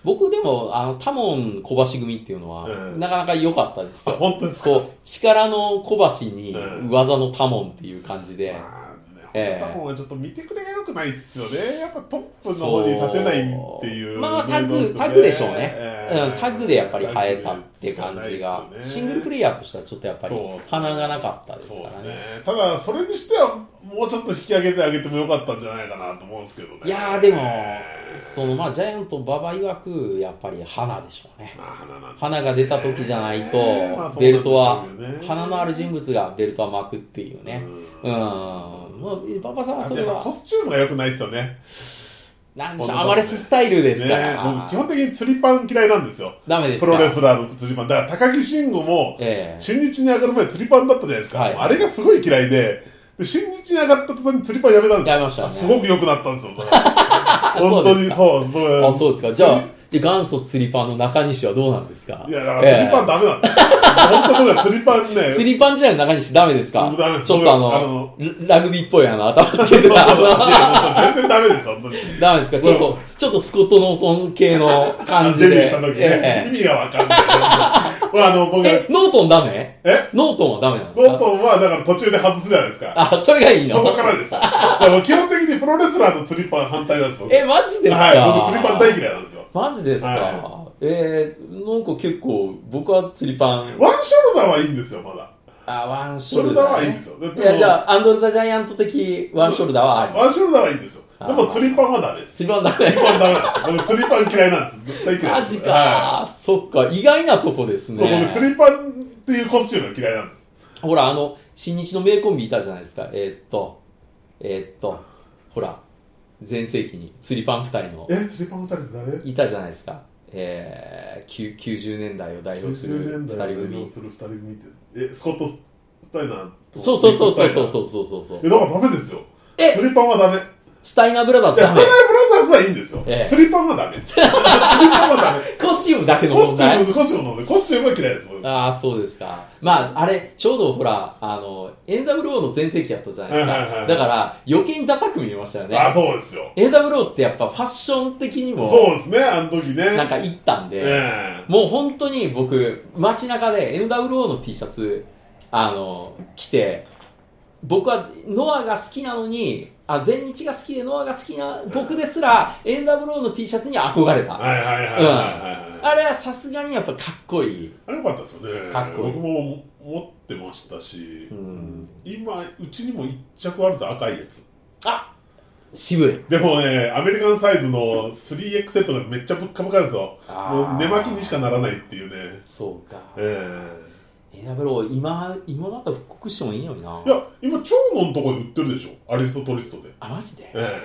Speaker 3: 僕でもあのタモン小橋組っていうのは、
Speaker 2: うん
Speaker 3: なかなか良かったです
Speaker 2: あ、
Speaker 3: よ
Speaker 2: 本当ですか。
Speaker 3: こう、力の小橋に
Speaker 2: うん
Speaker 3: 技の多門っていう感じで、
Speaker 2: まあね、
Speaker 3: ええ
Speaker 2: 本田もちょっと見てくれが良くないっすよね。やっぱトップの方に立てないっていう。
Speaker 3: まあタ
Speaker 2: 運動
Speaker 3: グ
Speaker 2: の人ね
Speaker 3: タグでしょうね、
Speaker 2: ええ
Speaker 3: うん、タグでやっぱり生えたって感じが、
Speaker 2: タグでし
Speaker 3: シ
Speaker 2: か
Speaker 3: ング
Speaker 2: ないっすよね
Speaker 3: ルプレイヤーとしてはちょっとやっぱり
Speaker 2: そうっすね
Speaker 3: 鼻がなかったです
Speaker 2: そ
Speaker 3: か
Speaker 2: うで
Speaker 3: ら
Speaker 2: す
Speaker 3: ね
Speaker 2: ね。ただ、それにしては、もうちょっと引き上げてあげてもよかったんじゃないかなと思うんですけどね。
Speaker 3: いやーでも
Speaker 2: ええ
Speaker 3: そのまあジャイアント馬場曰くやっぱり花でしょうね
Speaker 2: まあ花なんですよね
Speaker 3: 花が出た時じゃないと、
Speaker 2: ええまあそうなんで
Speaker 3: ベ
Speaker 2: しょ
Speaker 3: ル
Speaker 2: う
Speaker 3: トは、
Speaker 2: ね
Speaker 3: 花のある人物がベルトは巻くっていうね。うん。まあ、馬場さんは
Speaker 2: あ
Speaker 3: そ
Speaker 2: と
Speaker 3: れ
Speaker 2: やっぱ
Speaker 3: は
Speaker 2: コ、スチュームが良くないですよね。
Speaker 3: なんでしょ
Speaker 2: こ
Speaker 3: う、
Speaker 2: の
Speaker 3: アマレススタイルですか
Speaker 2: ね
Speaker 3: ら。
Speaker 2: 僕基本的に釣りパン嫌いなんですよ。
Speaker 3: ダメです
Speaker 2: プ
Speaker 3: か
Speaker 2: ロレスラーの釣りパン。だから高木慎吾も、
Speaker 3: ええ
Speaker 2: 新日に上がる前釣りパンだったじゃないですか。
Speaker 3: はい
Speaker 2: もうあれがすごい嫌いで、で新日に上がった途端に釣りパンやめたんですよ。
Speaker 3: やめましたね
Speaker 2: あすごく良くなったんですよ。だから
Speaker 3: そう
Speaker 2: 本
Speaker 3: で
Speaker 2: 当
Speaker 3: す
Speaker 2: に
Speaker 3: か
Speaker 2: そう。
Speaker 3: あ、そうですか。じゃあ、じゃあ元祖釣りパンの中西はどうなんですか
Speaker 2: いや、だから釣りパン
Speaker 3: え
Speaker 2: ダメなんだよ。本当僕は釣 りパン
Speaker 3: え
Speaker 2: ね。
Speaker 3: 釣りパン時代の中西ダメですか
Speaker 2: 僕ダメです
Speaker 3: ちょっとあ
Speaker 2: 僕あ
Speaker 3: の
Speaker 2: の、
Speaker 3: ララグビーっぽいあの頭つけて
Speaker 2: そうそう
Speaker 3: た。
Speaker 2: そういやもう全然ダメです、本当に。
Speaker 3: ダメですかちょっと、ちょっとスコット・ノートン系の感じで。
Speaker 2: デビューした時
Speaker 3: え
Speaker 2: ね、意味がわかんない。まあ、あの、僕
Speaker 3: え。
Speaker 2: が、
Speaker 3: え、ノートンダメ
Speaker 2: え
Speaker 3: ノートンはダメなんです
Speaker 2: ゴ
Speaker 3: か
Speaker 2: ットンはだから途中で外すじゃないですか。
Speaker 3: あ、それがいい
Speaker 2: そこ
Speaker 3: の
Speaker 2: からです。だからもう基本的にプロレスラーの釣りパン反対なんです、僕。
Speaker 3: え、マジですか
Speaker 2: はい、僕釣りパン大嫌いなんですよ。
Speaker 3: マジですか、
Speaker 2: は
Speaker 3: えー、なんか結構、僕は釣りパン、
Speaker 2: ワンショルダーはいいんですよ、まだ。
Speaker 3: あ、ワンシ
Speaker 2: シ
Speaker 3: ョ
Speaker 2: ョ
Speaker 3: ル
Speaker 2: ルダー
Speaker 3: ダ
Speaker 2: は
Speaker 3: ー、
Speaker 2: いいん
Speaker 3: ね
Speaker 2: で。すよ。で
Speaker 3: いや、じ
Speaker 2: で
Speaker 3: ゃあ、アンドレ・ザ・ジャイアント的ワンショルダーはあ
Speaker 2: も
Speaker 3: る。
Speaker 2: ワンショルダーはいいんですよ。でも釣りパンはダメです。
Speaker 3: 釣りパンダメ。
Speaker 2: 釣りパンダメなんですよ。僕釣りパン嫌いなんです。絶対嫌い
Speaker 3: マ
Speaker 2: です。
Speaker 3: ジか、
Speaker 2: は
Speaker 3: そっか、意外なとこです
Speaker 2: い
Speaker 3: ね。
Speaker 2: そう、僕釣りパンっていうコスチュームが嫌いなんです。
Speaker 3: ほら、あの、新日の名コンビいたじゃないですか。えーっと、えーっと、ほら、前世紀に釣りパン二人の、
Speaker 2: え、釣りパン二人誰
Speaker 3: いたじゃないですか。えー、きゅ90年代を代表する
Speaker 2: 90
Speaker 3: 二
Speaker 2: 年
Speaker 3: 人
Speaker 2: 代を代
Speaker 3: 組
Speaker 2: 表。する二人組って、え、スコット・スタイナーと
Speaker 3: そうそうそうそうそう
Speaker 2: う。
Speaker 3: そうそうそう
Speaker 2: え、だからダメですよ。
Speaker 3: え
Speaker 2: 釣りパンはダメ。い
Speaker 3: スタイナーブラザーズ
Speaker 2: や、
Speaker 3: ダ
Speaker 2: スタイナー
Speaker 3: メ
Speaker 2: ブラザーズはいいんですよ
Speaker 3: ええ。
Speaker 2: 釣りパン はダメ。釣りパンはダメ。
Speaker 3: コスチュームだけの
Speaker 2: コ
Speaker 3: 問
Speaker 2: スチュー
Speaker 3: 題
Speaker 2: ム、コスチュームのね、コスチュームは嫌いです。僕
Speaker 3: ああ、そうですか。まあ、あれ、ちょうどほら、あの、NWO の全盛期やったじゃないです
Speaker 2: はいはいは
Speaker 3: か。
Speaker 2: い
Speaker 3: だから、余計にダサく見えましたよね。
Speaker 2: あ、そうですよ。
Speaker 3: NWO ってやっぱファッション的にも、
Speaker 2: そうですね、あの時ね。
Speaker 3: なんか行ったんで、
Speaker 2: ええ
Speaker 3: もう本当に僕、街中で NWO の T シャツ、あの、着て、僕はノアが好きなのに、あ、全日が好きでノアが好きな僕ですら、NWO の T シャツに憧れた。
Speaker 2: はいはいはいはいはいはい。
Speaker 3: あれはさすがにやっぱかっこいい。
Speaker 2: あれよかったですよね。
Speaker 3: かっこいい
Speaker 2: 僕も持ってましたし、
Speaker 3: ん
Speaker 2: 今、うちにも一着あるぞ、赤いやつ。
Speaker 3: あ渋い。
Speaker 2: でもね、アメリカンサイズの 3X セットがめっちゃぶっかぶかなんですよ。
Speaker 3: あー
Speaker 2: もう寝巻きにしかならないっていうね。
Speaker 3: そうか。
Speaker 2: え
Speaker 3: エナブロー、今、今また復刻してもいいのにな
Speaker 2: えい。や、今、超門のとこで売ってるでしょ。アリストトリストで。
Speaker 3: あ、マジで
Speaker 2: え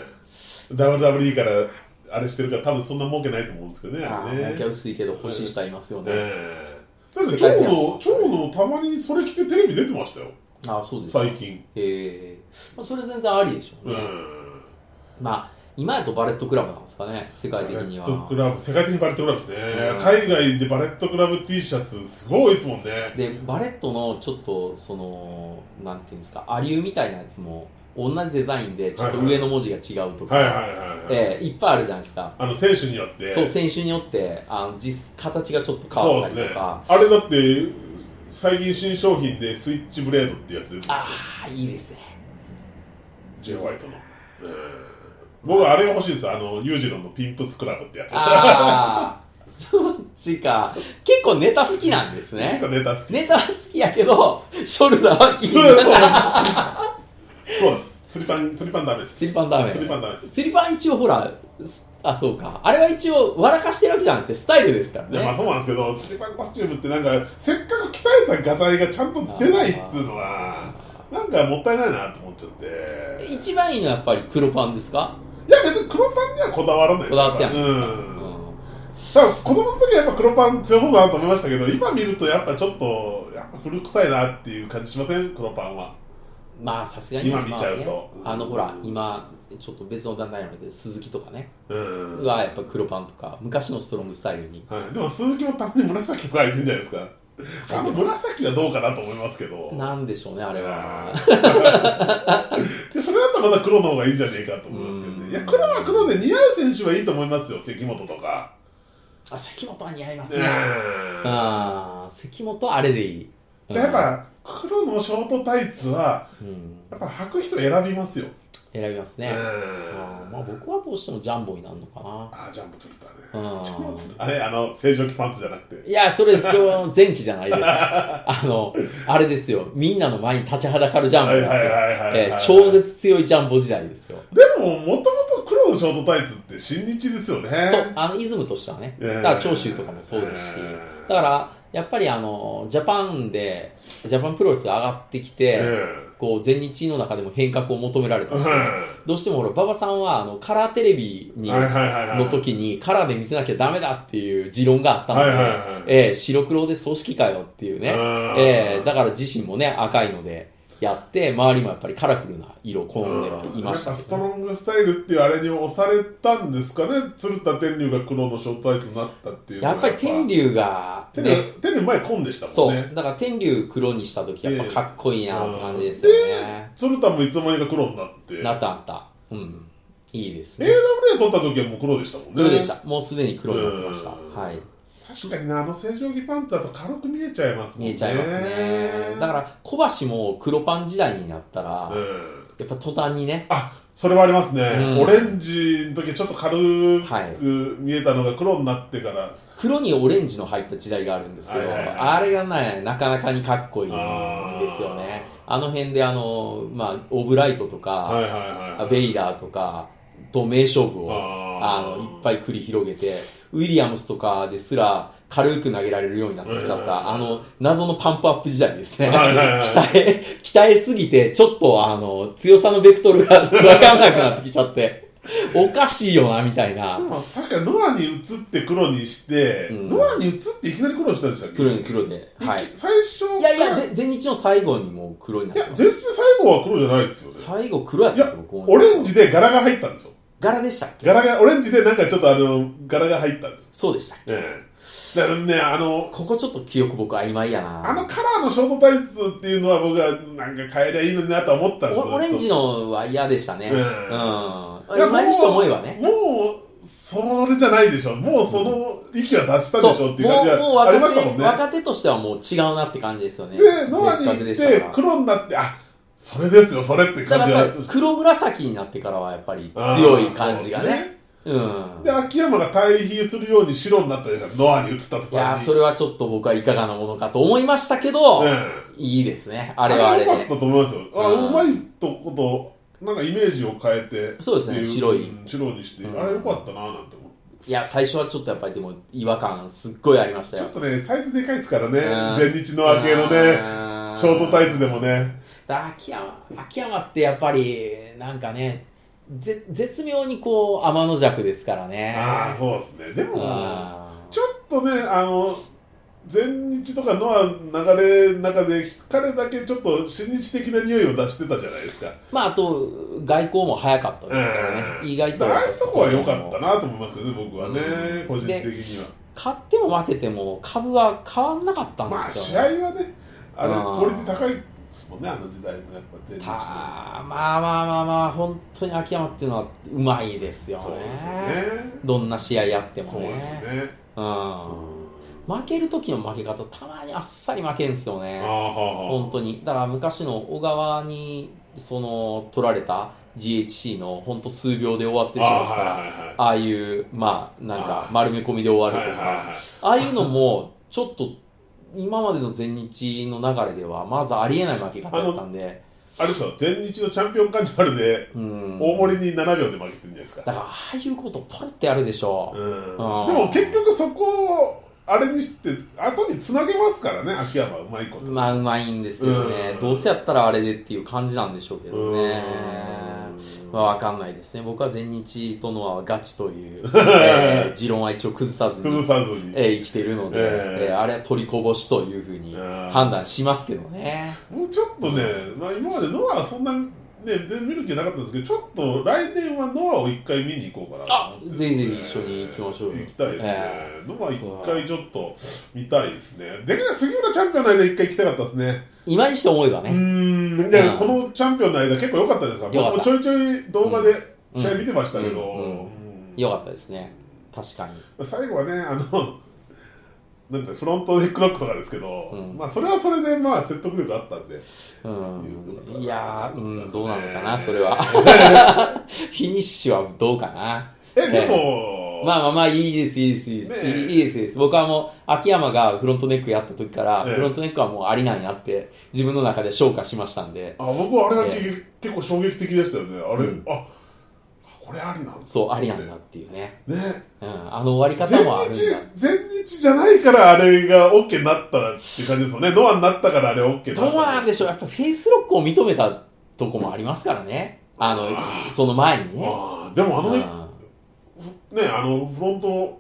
Speaker 2: え WWE からあれしてるから、多分そんな儲けないと思うんですけどね。
Speaker 3: あ
Speaker 2: あ
Speaker 3: あ、
Speaker 2: れね
Speaker 3: 儲けは薄いけど欲しい人はいますよね。
Speaker 2: ええだって蝶野、蝶野たまにそれ着てテレビ出てましたよ、
Speaker 3: ああ、そうですか。
Speaker 2: 最近。
Speaker 3: ええまあ、それ全然ありでしょう
Speaker 2: う
Speaker 3: ね。
Speaker 2: ん。
Speaker 3: まあ、今やとバレットクラブなんですかね、世界
Speaker 2: バレ
Speaker 3: 的に
Speaker 2: ット
Speaker 3: は
Speaker 2: ク。ラブ、世界的にバレットクラブですね
Speaker 3: うん。
Speaker 2: 海外でバレットクラブ T シャツ、すごいですもんね。
Speaker 3: で、バレットのちょっと、その、なんていうんですか、アリューみたいなやつも、同じデザインで、ちょっと上の文字が違うとか、
Speaker 2: はいはいはいはい。
Speaker 3: ええいっぱいあるじゃないですか。
Speaker 2: あの、選手によって。
Speaker 3: そう、選手によって、あの実形がちょっと変
Speaker 2: そ
Speaker 3: わ
Speaker 2: う
Speaker 3: った
Speaker 2: ですね
Speaker 3: り。とか、
Speaker 2: あれだって、最近新商品でスイッチブレードってやつ出てるんですよ
Speaker 3: ああ、いいですね。
Speaker 2: ジェイ・ホワイトの。うん僕、あれが欲しいんですよ。あの、ユージロンのピンプスクラブってやつ。
Speaker 3: ああ、そっちか。結構ネタ好きなんですね
Speaker 2: 結。構ネタ好き。
Speaker 3: ネタは好きやけど、ショルダーは気に
Speaker 2: そう
Speaker 3: な
Speaker 2: です、
Speaker 3: る。
Speaker 2: そうです。そうです。釣りパン、釣りパンダメです。
Speaker 3: 釣りパンダメ。
Speaker 2: 釣りパンダメです。
Speaker 3: 釣りパン一応ほら、すあ、そうか。あれは一応、笑かしてるわけじゃなくて、スタイルですから
Speaker 2: いや、まあ
Speaker 3: ね。
Speaker 2: そうなんですけど、釣りパンコスチュームってなんか、せっかく鍛えたガタイがちゃんと出ないっつうのは、なんかもったいないなと思っちゃって。い
Speaker 3: 一番いいのはやっぱり黒パンですか、
Speaker 2: や、別に黒パンにはこだわらないです
Speaker 3: こだわってない
Speaker 2: うん
Speaker 3: う。
Speaker 2: だ
Speaker 3: ん、
Speaker 2: から子供の時はやっぱ黒パン強そうだなと思いましたけど、今見るとやっぱちょっと、やっぱ古臭いなっていう感じしません黒パンは。
Speaker 3: まあ、さすがに。
Speaker 2: 今見ちゃうと
Speaker 3: まあねあの、ほら、今、ちょっと別の団体なので、鈴木とかね。
Speaker 2: うん。
Speaker 3: は、やっぱ黒パンとか、昔のストロングスタイルに。
Speaker 2: はい、でも鈴木もたまに紫とか入ってるんじゃないですか。あの紫はどうかなと思いますけど。
Speaker 3: なんでしょうね、あれは。
Speaker 2: でそれだったらまだ黒の方がいいんじゃねえかと思いますけど
Speaker 3: う
Speaker 2: ね
Speaker 3: ん
Speaker 2: いや黒は黒で似合う選手はいいと思いますよ関本とか
Speaker 3: あ、関本は似合います
Speaker 2: うん
Speaker 3: ね。ああ、関本あれでいい。うん
Speaker 2: やっ、ぱ黒のショートタイツは
Speaker 3: うん、
Speaker 2: やっぱ履く人選びますよ
Speaker 3: 選びます
Speaker 2: うん
Speaker 3: ね。あーまあ僕はどうしてもジャンボになるのかな。
Speaker 2: あージャンプ釣れた
Speaker 3: う
Speaker 2: ね
Speaker 3: ん
Speaker 2: ジャンプ釣れたあれあの正常期パンツじゃなくて
Speaker 3: いや、それ、その前期じゃない です。あの、あれですよ。みんなの前に立ちはだかるジャンボですよ。
Speaker 2: はいはいはいはいはい
Speaker 3: えー超絶強いジャンボ時代ですよ。
Speaker 2: でももともと黒のショートタイツって新日ですよね
Speaker 3: そう、あの、イズムとしてはね。
Speaker 2: え
Speaker 3: だ
Speaker 2: ー
Speaker 3: から長州とかもそうですし
Speaker 2: え。ー
Speaker 3: だから、やっぱりあの、ジャパンで、ジャパンプロレスが上がってきて、
Speaker 2: え
Speaker 3: こう、全日の中でも変革を求められた
Speaker 2: えう。ん
Speaker 3: どうしてもほら、馬場さんは、あの、カラーテレビに、
Speaker 2: はいはいはいはい
Speaker 3: の時にカラーで見せなきゃダメだっていう持論があったので、
Speaker 2: はいはいはい
Speaker 3: えー白黒で葬式かよっていうね、
Speaker 2: うん
Speaker 3: えーだから自身もね赤いので、やって、周りもやっぱりカラフルな色を好んではいました
Speaker 2: なんか
Speaker 3: け
Speaker 2: ス
Speaker 3: ど
Speaker 2: ト
Speaker 3: ね、
Speaker 2: ロングスタイルっていうあれに押されたんですかね鶴田天竜が黒のショートアイツになったっていうの
Speaker 3: や
Speaker 2: は
Speaker 3: っぱり天竜が、
Speaker 2: 天竜
Speaker 3: ね、
Speaker 2: 天竜前紺でしたも
Speaker 3: そう
Speaker 2: んね。
Speaker 3: だから天竜黒にした時やっぱかっこいいなって感じですよね。
Speaker 2: 鶴田もいつの間にか黒になって
Speaker 3: なったなった。うん。いいですね。
Speaker 2: AWA 取った時はもう黒でしたもんね
Speaker 3: 黒でした。もうすでに黒になってました。
Speaker 2: うん
Speaker 3: はい。
Speaker 2: 確かになあの正常着パンツだと軽く見えちゃいますも
Speaker 3: 見
Speaker 2: んね
Speaker 3: えちゃいますね。だから、小橋も黒パン時代になったら、
Speaker 2: うん
Speaker 3: やっぱ途端にね、
Speaker 2: あそれはありますね、
Speaker 3: うん
Speaker 2: オレンジの時ちょっと軽
Speaker 3: はい
Speaker 2: く見えたのが黒になってから、
Speaker 3: 黒にオレンジの入った時代があるんですけど、
Speaker 2: はいはいはい
Speaker 3: あれがね、なかなかにかっこいいんですよね。あの辺で、あの、まあ、オブライトとか、
Speaker 2: はいはいはいはい
Speaker 3: ベイダーとかと名勝負をあ
Speaker 2: あー
Speaker 3: のいっぱい繰り広げてウィリアムスとかですら軽く投げられるようになってきちゃっ
Speaker 2: うん
Speaker 3: たあの謎のパンプアップ時代ですね
Speaker 2: はいはいはい
Speaker 3: 鍛え鍛えすぎてちょっとあの強さのベクトルが 分かんなくなってきちゃっておかしいよなみたいな
Speaker 2: でも確かにノアに移って黒にして、
Speaker 3: うん
Speaker 2: ノアに移っていきなり黒にしたんでしたっけ
Speaker 3: 黒に黒ではい
Speaker 2: いき最初から
Speaker 3: いやいやぜ前日の最後にもう黒にないっ
Speaker 2: や
Speaker 3: てます
Speaker 2: 全然最後は黒じゃないですよね
Speaker 3: 最後黒やっ
Speaker 2: い
Speaker 3: たと
Speaker 2: や
Speaker 3: 僕思う
Speaker 2: オレンジで柄が入ったんですよ
Speaker 3: 柄でしたっけ
Speaker 2: 柄がオレンジでなんかちょっとあの柄が入ったんですよ
Speaker 3: そうでしたっけ
Speaker 2: ええだからねあの
Speaker 3: ここちょっと記憶僕曖昧やな
Speaker 2: あのカラーのショートタイツっていうのは僕はなんか変えりゃいいのになとは思ったんですよ
Speaker 3: オオレンジのは嫌でしたね。
Speaker 2: う
Speaker 3: うんん。今にして思えばね。
Speaker 2: もうそれじゃないでしょもうその息は出したでしょっていう感じ
Speaker 3: もうもう
Speaker 2: がありま
Speaker 3: 若
Speaker 2: した
Speaker 3: 手
Speaker 2: もんね
Speaker 3: 若手としてはもう違うなって感じですよね。
Speaker 2: でノアに行
Speaker 3: 別
Speaker 2: っ
Speaker 3: 格でしてたから
Speaker 2: 黒になってあそれですよそれって
Speaker 3: だ
Speaker 2: 感
Speaker 3: か
Speaker 2: じ
Speaker 3: ら
Speaker 2: が
Speaker 3: やっぱり黒紫になってからはやっぱり強い感じが
Speaker 2: あーそうです
Speaker 3: ね。うん。
Speaker 2: で秋山が対比するように白になったりノアに移ったと
Speaker 3: いや
Speaker 2: か
Speaker 3: ーそれはちょっと僕はいかがなものかと思いましたけど、
Speaker 2: うん
Speaker 3: いいですね。あれはあれ
Speaker 2: 良かっ
Speaker 3: で。
Speaker 2: たと思いますよあ
Speaker 3: うん
Speaker 2: うまいとことなんかイメージを変えて
Speaker 3: そうですね
Speaker 2: ってい
Speaker 3: 白い
Speaker 2: うん白にして、
Speaker 3: うん
Speaker 2: あれよかったななんて思う
Speaker 3: いや、最初はちょっとやっぱりでも違和感すっごいありました
Speaker 2: ちょ
Speaker 3: よ
Speaker 2: っ。とねサイズでかいですからね
Speaker 3: うん
Speaker 2: 全日の明けのね
Speaker 3: うん
Speaker 2: ショートタイツでもね
Speaker 3: だ秋山秋山ってやっぱりなんかねぜ絶妙にこう天の弱ですからね
Speaker 2: ああそうですねでも
Speaker 3: あー
Speaker 2: ちょっとねあの全日とかノアの流れの中で彼だけちょっと新日的な匂いを出してたじゃないですか
Speaker 3: まああと外交も早かったですから
Speaker 2: うん
Speaker 3: ね意外と
Speaker 2: だからああいうとこは良かったなと思いますよね、僕はね、
Speaker 3: うん
Speaker 2: 個人的には。
Speaker 3: 勝っても負けても株は変わんなかった
Speaker 2: ま
Speaker 3: ん
Speaker 2: あ、
Speaker 3: です
Speaker 2: 試
Speaker 3: よ、
Speaker 2: 合
Speaker 3: ね
Speaker 2: はね、あれ、
Speaker 3: うん
Speaker 2: クオリティ高いですもんね、あの時代のやっぱ全日
Speaker 3: たまあまあまあまあ本当に秋山っていうのはうまいですよね
Speaker 2: そうですよね。
Speaker 3: どんな試合やってもね
Speaker 2: そうですよね。
Speaker 3: う
Speaker 2: うん
Speaker 3: ん負ける時の負け方たまにあっさり負けんすよね
Speaker 2: ああ
Speaker 3: 本当にだから昔の小川にその取られた GHC の本当数秒で終わってし
Speaker 2: あ
Speaker 3: ま
Speaker 2: あ
Speaker 3: ったらあ,、
Speaker 2: はいはいはい
Speaker 3: あいうまあなん
Speaker 2: は
Speaker 3: か
Speaker 2: い
Speaker 3: 丸め込みで終わるとか、
Speaker 2: はいはいはい
Speaker 3: ああいうのもちょっと今までの全日の流れではまずありえない負け方だったんで
Speaker 2: あれですよ、全日のチャンピオンカンジュアルで、
Speaker 3: うん
Speaker 2: 大盛りに7秒で負けてるんじゃないです
Speaker 3: だ
Speaker 2: か。
Speaker 3: からああいうことポロってやるでしょ、
Speaker 2: うん、で
Speaker 3: ああ
Speaker 2: も結局そこをあれにして後につなげますからね秋山はうまいこと、
Speaker 3: まあうまいんですけどね
Speaker 2: うん
Speaker 3: どうせやったらあれでっていう感じなんでしょうけどね
Speaker 2: うん
Speaker 3: まあわかんないですね僕は全日とのはガチと いう、えー持論は一応崩さず
Speaker 2: 崩
Speaker 3: に、
Speaker 2: さずに、
Speaker 3: えー生きているので、
Speaker 2: え
Speaker 3: え
Speaker 2: え
Speaker 3: ーあれは取りこぼしというふうに
Speaker 2: うん
Speaker 3: 判断しますけどね
Speaker 2: もうちょっとね、まあ、今までノアはそんな、ね、全然見る気なかったんですけど、ちょっと来年はノアを一回見に行こうかなと思ってますね、
Speaker 3: あぜひぜひ一緒に行きましょうよ
Speaker 2: 行きたいですね。
Speaker 3: え
Speaker 2: ノア一回ちょっと見たいですね。できれば杉浦チャンピオンの間一回行きたかったですね。
Speaker 3: 今にして思えば
Speaker 2: う
Speaker 3: ね、
Speaker 2: ーん、いや、
Speaker 3: うん
Speaker 2: このチャンピオンの間結構良かったですから、
Speaker 3: 良かった
Speaker 2: 僕もちょいちょい動画で試合見てましたけ
Speaker 3: うん
Speaker 2: ど、
Speaker 3: うん
Speaker 2: うん
Speaker 3: よかったですね確かに
Speaker 2: 最後はね、あの、 なんてフロントネックロックとかですけど、
Speaker 3: うん
Speaker 2: まあそれはそれでまあ説得力あったんで、
Speaker 3: うんいやー、うん、どうなのかなそれは フィニッシュはどうかな
Speaker 2: え、でも、
Speaker 3: まあまあまあ、いいです、いいです、いいです。
Speaker 2: ねえ
Speaker 3: いいいいです、いいです。僕はもう、秋山がフロントネックやった時から、
Speaker 2: ええ
Speaker 3: フロントネックはもうありなんやって、自分の中で消化しましたんで、
Speaker 2: あ僕はあれが、
Speaker 3: え
Speaker 2: 結構衝撃的でしたよねあれ、
Speaker 3: うん
Speaker 2: あこれありなんだ
Speaker 3: そう、ありなんだっていうね。
Speaker 2: ね
Speaker 3: うん、あの終わり方
Speaker 2: 全
Speaker 3: もあるんだ。
Speaker 2: 日全日じゃないからあれが OK になったって感じですよねノアになったからあれ OK になった
Speaker 3: どうなんで
Speaker 2: し
Speaker 3: しょう、やっぱフェイスロックを認めたとこもありますからね。あの、その前にね。
Speaker 2: あーでもあの、
Speaker 3: うん
Speaker 2: ねあのフロント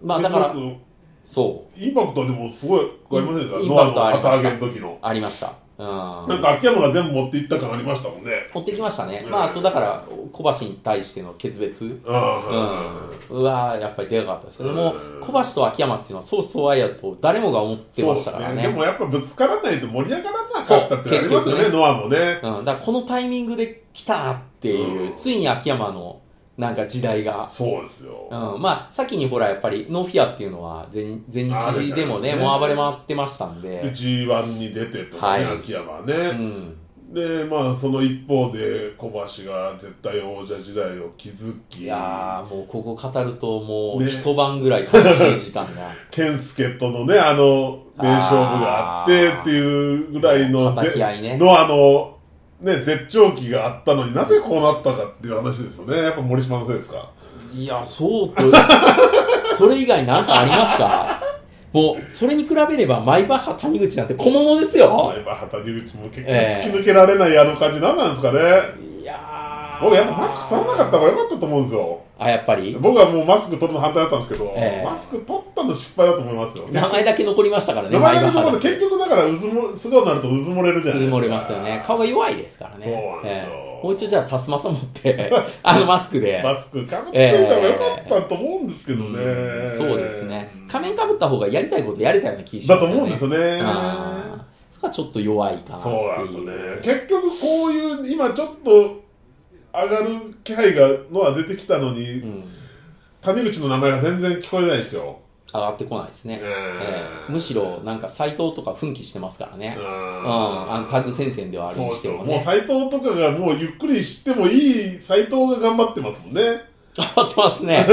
Speaker 3: まあだから、
Speaker 2: イ
Speaker 3: そ
Speaker 2: ンパクトはでもすごいわかりませんでした
Speaker 3: イン
Speaker 2: ノア
Speaker 3: インパクトあ
Speaker 2: の
Speaker 3: りま
Speaker 2: 旗
Speaker 3: した
Speaker 2: 揚げの時の
Speaker 3: う、ありました。う
Speaker 2: なんんか秋山が全部持っていった感ありましたもんね。
Speaker 3: 持ってきましたね、
Speaker 2: うん
Speaker 3: まあ、あとだから小橋に対しての決別、
Speaker 2: あ
Speaker 3: うん、はやっぱりでかかったですそれも
Speaker 2: うん
Speaker 3: 小橋と秋山っていうのはそうそうあやと誰もが思っ
Speaker 2: ー
Speaker 3: て
Speaker 2: そう
Speaker 3: ま
Speaker 2: で
Speaker 3: したか
Speaker 2: す
Speaker 3: ら
Speaker 2: ね
Speaker 3: ね
Speaker 2: でもやっぱぶつからないと盛り上がらなかったってのありますよ
Speaker 3: そう結局
Speaker 2: ね、
Speaker 3: ね
Speaker 2: ノアもね。
Speaker 3: うん、だからこのタイミングで来たなっていう、
Speaker 2: うん
Speaker 3: ついに秋山のなんか時代が、
Speaker 2: そうですよ。
Speaker 3: うん、まあ先にほらやっぱりノーフィアっていうのは前前
Speaker 2: あー
Speaker 3: 日でもね
Speaker 2: 出てましたね
Speaker 3: もう暴れ回ってましたんで
Speaker 2: で、G1 に出てとかね、
Speaker 3: はい
Speaker 2: 秋山は
Speaker 3: う
Speaker 2: ね、
Speaker 3: ん、
Speaker 2: で、まあ、その一方で、小橋が絶対王者時代を築
Speaker 3: い
Speaker 2: き、
Speaker 3: やーもうここ語るともう
Speaker 2: ね
Speaker 3: 一晩ぐらい楽しい時間が、
Speaker 2: 健介とのね、あの、名勝負があって
Speaker 3: あー
Speaker 2: っていうぐらいの、
Speaker 3: 叩き合い
Speaker 2: ぜ
Speaker 3: ね
Speaker 2: のあの、ね、絶頂期があったのになぜこうなったかっていう話ですよね。やっぱ森島のせいですか。
Speaker 3: いやそうと それ以外なんかありますかもうそれに比べればマイバッハ谷口なんて小物ですよ
Speaker 2: やっぱ旗口も結局
Speaker 3: え
Speaker 2: 突
Speaker 3: え
Speaker 2: き抜けられないあの感じ何なんですかね。
Speaker 3: いやー
Speaker 2: 僕やっぱマスク取らなかった方が良かったと思うんですよ。
Speaker 3: あやっぱり
Speaker 2: 僕はもうマスク取るの反対だったんですけど、
Speaker 3: ええ
Speaker 2: マスク取ったの失敗だと思いますよ。
Speaker 3: 名前だけ残りましたからね
Speaker 2: 名前だけ
Speaker 3: マイバッハ
Speaker 2: 残
Speaker 3: だ
Speaker 2: ると結局だからうずも、素顔になるとうずもれるじゃないですか。
Speaker 3: 埋もれますよね。顔が弱いですからね。
Speaker 2: そうなんですよ
Speaker 3: ええもう一度じゃあ、さすまさん持って、 あのマスクで。
Speaker 2: マスクかぶっていた方が良かったと思うんですけどね。
Speaker 3: うんそうですね
Speaker 2: う。ん
Speaker 3: 仮面かぶった方がやりたいことやれたような気しま
Speaker 2: だ
Speaker 3: す
Speaker 2: と
Speaker 3: よね。
Speaker 2: 思うんですよね。
Speaker 3: あーそこはちょっと弱いかなっていう。
Speaker 2: そうなんですよね。結局こういう、今ちょっと上がる気配が、のは出てきたのに、
Speaker 3: うん
Speaker 2: 谷口の名前が全然聞こえないんですよ。
Speaker 3: 上がってこないですね。
Speaker 2: ええ
Speaker 3: ええむしろ、なんか斎藤とか奮起してますからね。
Speaker 2: う
Speaker 3: うんん。あのタッグ戦線ではある
Speaker 2: そう
Speaker 3: に
Speaker 2: で
Speaker 3: し
Speaker 2: す
Speaker 3: て
Speaker 2: よ。
Speaker 3: も
Speaker 2: もう
Speaker 3: ね。
Speaker 2: 斎藤とかがもうゆっくりしてもいい斎藤が頑張ってますもんね。
Speaker 3: 上がってます ね。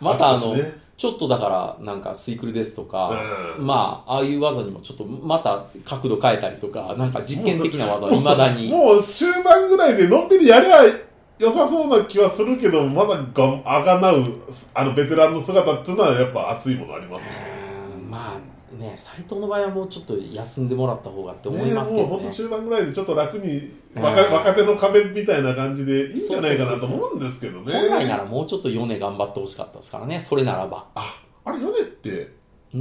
Speaker 3: またあ
Speaker 2: そ
Speaker 3: の
Speaker 2: うですね、
Speaker 3: ちょっとだから、なんか、スイクルですとか、
Speaker 2: うん
Speaker 3: まあ、ああいう技にもちょっと、また角度変えたりとか、なんか実験的な技を未だに。
Speaker 2: もう中盤ぐらいでのんびりやりゃ良さそうな気はするけど、まだがんあがなう、あのベテランの姿っていうのはやっぱ熱いものありますよ。
Speaker 3: うんまあね、斎藤の場合はもうちょっと休んでもらった方がって思い
Speaker 2: ね
Speaker 3: ますけ
Speaker 2: もう
Speaker 3: ど
Speaker 2: 本当
Speaker 3: ね。
Speaker 2: 中盤ぐらいでちょっと楽に
Speaker 3: うん
Speaker 2: 若若手の壁みたいな感じでいいんじゃないかなと思うんですけどね
Speaker 3: 本来ならもうちょっと米頑張ってほしかったですからね、それなら ば。
Speaker 2: あれヨネって
Speaker 3: な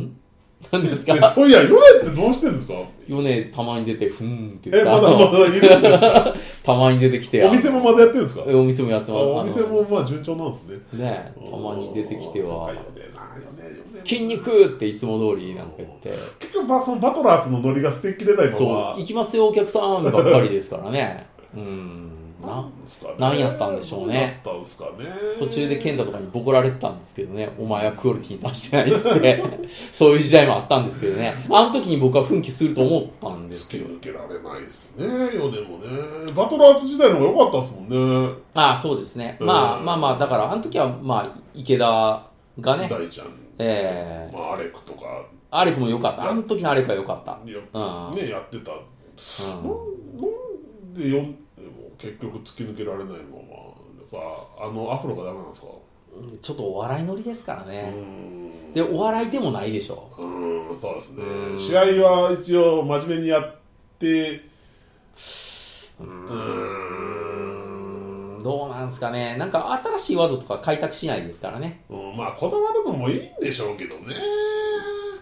Speaker 3: んです
Speaker 2: え
Speaker 3: か
Speaker 2: そういやヨネってどうしてんですか
Speaker 3: 米たまに出て、ふーんって言っ
Speaker 2: え
Speaker 3: て、
Speaker 2: まだ
Speaker 3: あの
Speaker 2: まだいるんですか
Speaker 3: たまに出てきて、
Speaker 2: お店もまだやってるんですか
Speaker 3: あのえお店もやって
Speaker 2: あ
Speaker 3: ます。
Speaker 2: お
Speaker 3: あの
Speaker 2: 店もまあ順調なんですね
Speaker 3: ね、たまに出てきて
Speaker 2: そう
Speaker 3: は
Speaker 2: か、ヨネなヨネヨネ
Speaker 3: 筋肉っていつも通りなんか言って、
Speaker 2: 結局バそのバトラーズのノリが捨てきれないまま
Speaker 3: そう、行きますよ、お客さんばっかりですからね。うん、
Speaker 2: な
Speaker 3: なん
Speaker 2: ですかね
Speaker 3: 何やったんでしょうね
Speaker 2: 何やったんですかね
Speaker 3: 途中で健太とかにボコられてたんですけどね、お前はクオリティに達してないっつって、 そういう時代もあったんですけどね、あの時に僕は奮起すると思ったんです
Speaker 2: 突
Speaker 3: け
Speaker 2: き
Speaker 3: ど、
Speaker 2: 抜けられないですねヨネもねバトラーズ時代の方が良かったですもんね
Speaker 3: ああ、そうですね、
Speaker 2: うん
Speaker 3: まあまあまあ、だからあの時は、まあ、池田がね、
Speaker 2: 大ちゃん、
Speaker 3: ええ
Speaker 2: まあ、アレクとか、
Speaker 3: アレクも良かった、あの時のアレクは良かった。
Speaker 2: ね
Speaker 3: うん
Speaker 2: ね、やってた、
Speaker 3: ん
Speaker 2: なんなんでよんでも結局突き抜けられないままやっぱあのアフロがダメなんですか
Speaker 3: ちょっとお笑い乗りですから
Speaker 2: うー
Speaker 3: ね、
Speaker 2: ん
Speaker 3: で、お笑いでもないでしょ。
Speaker 2: うーんそうですね
Speaker 3: うん
Speaker 2: 試合は一応真面目にやって
Speaker 3: うー
Speaker 2: うーん
Speaker 3: んどうなんすかね、なんか新しい技とか開拓しないですからね。
Speaker 2: うんまあこだわるのもいいんでしょうけどね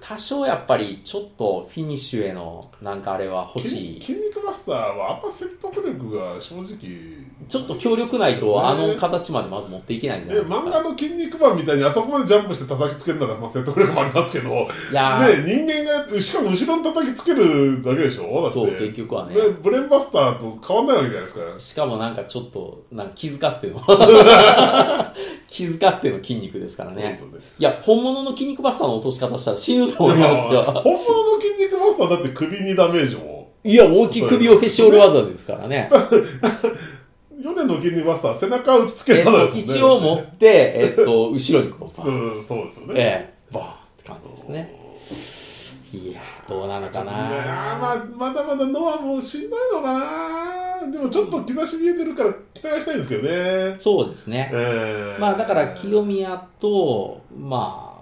Speaker 3: 多少やっぱりちょっとフィニッシュへのなんかあれは欲しい
Speaker 2: 筋筋肉マスターはあんま説得力が正直
Speaker 3: ちょっと強力ないとあの
Speaker 2: ね
Speaker 3: 形までまず持っていけないじゃな
Speaker 2: ね
Speaker 3: いです
Speaker 2: 漫
Speaker 3: か
Speaker 2: 画の筋肉マンみたいにあそこまでジャンプして叩きつけるなら、まあ、説得力もありますけ ど、ね、
Speaker 3: いやー
Speaker 2: 人間が、しかも後ろに叩きつけるだけでしょだって。
Speaker 3: そう結局はね
Speaker 2: ね、ブレンバスターと変わんないわけじゃないですか。
Speaker 3: しかもなんかちょっとなんか気遣って の気遣っての筋肉ですからね
Speaker 2: そうですよね
Speaker 3: いや本物の筋肉バスターの落とし方したら死ぬと
Speaker 2: で
Speaker 3: 思い
Speaker 2: も
Speaker 3: ますよ
Speaker 2: 本物の筋肉マスターだって首にダメージも。
Speaker 3: いや大きい首をへし折る技ですからね
Speaker 2: ヨネの筋肉マスターは背中打ちつけ
Speaker 3: え
Speaker 2: る
Speaker 3: っ
Speaker 2: 技で
Speaker 3: と
Speaker 2: すもんね。
Speaker 3: 一応持って、えっと、後ろにこうバ
Speaker 2: そ
Speaker 3: ン
Speaker 2: う、そうですよね。
Speaker 3: ええバンって感じですねいやーどうなのか
Speaker 2: ね
Speaker 3: な
Speaker 2: あーまあまだまだノアもしんどいのかなでもちょっと兆し見えてるから期待はしたいんですけどね。
Speaker 3: そうですね、
Speaker 2: えー
Speaker 3: まあだから清宮と、まあ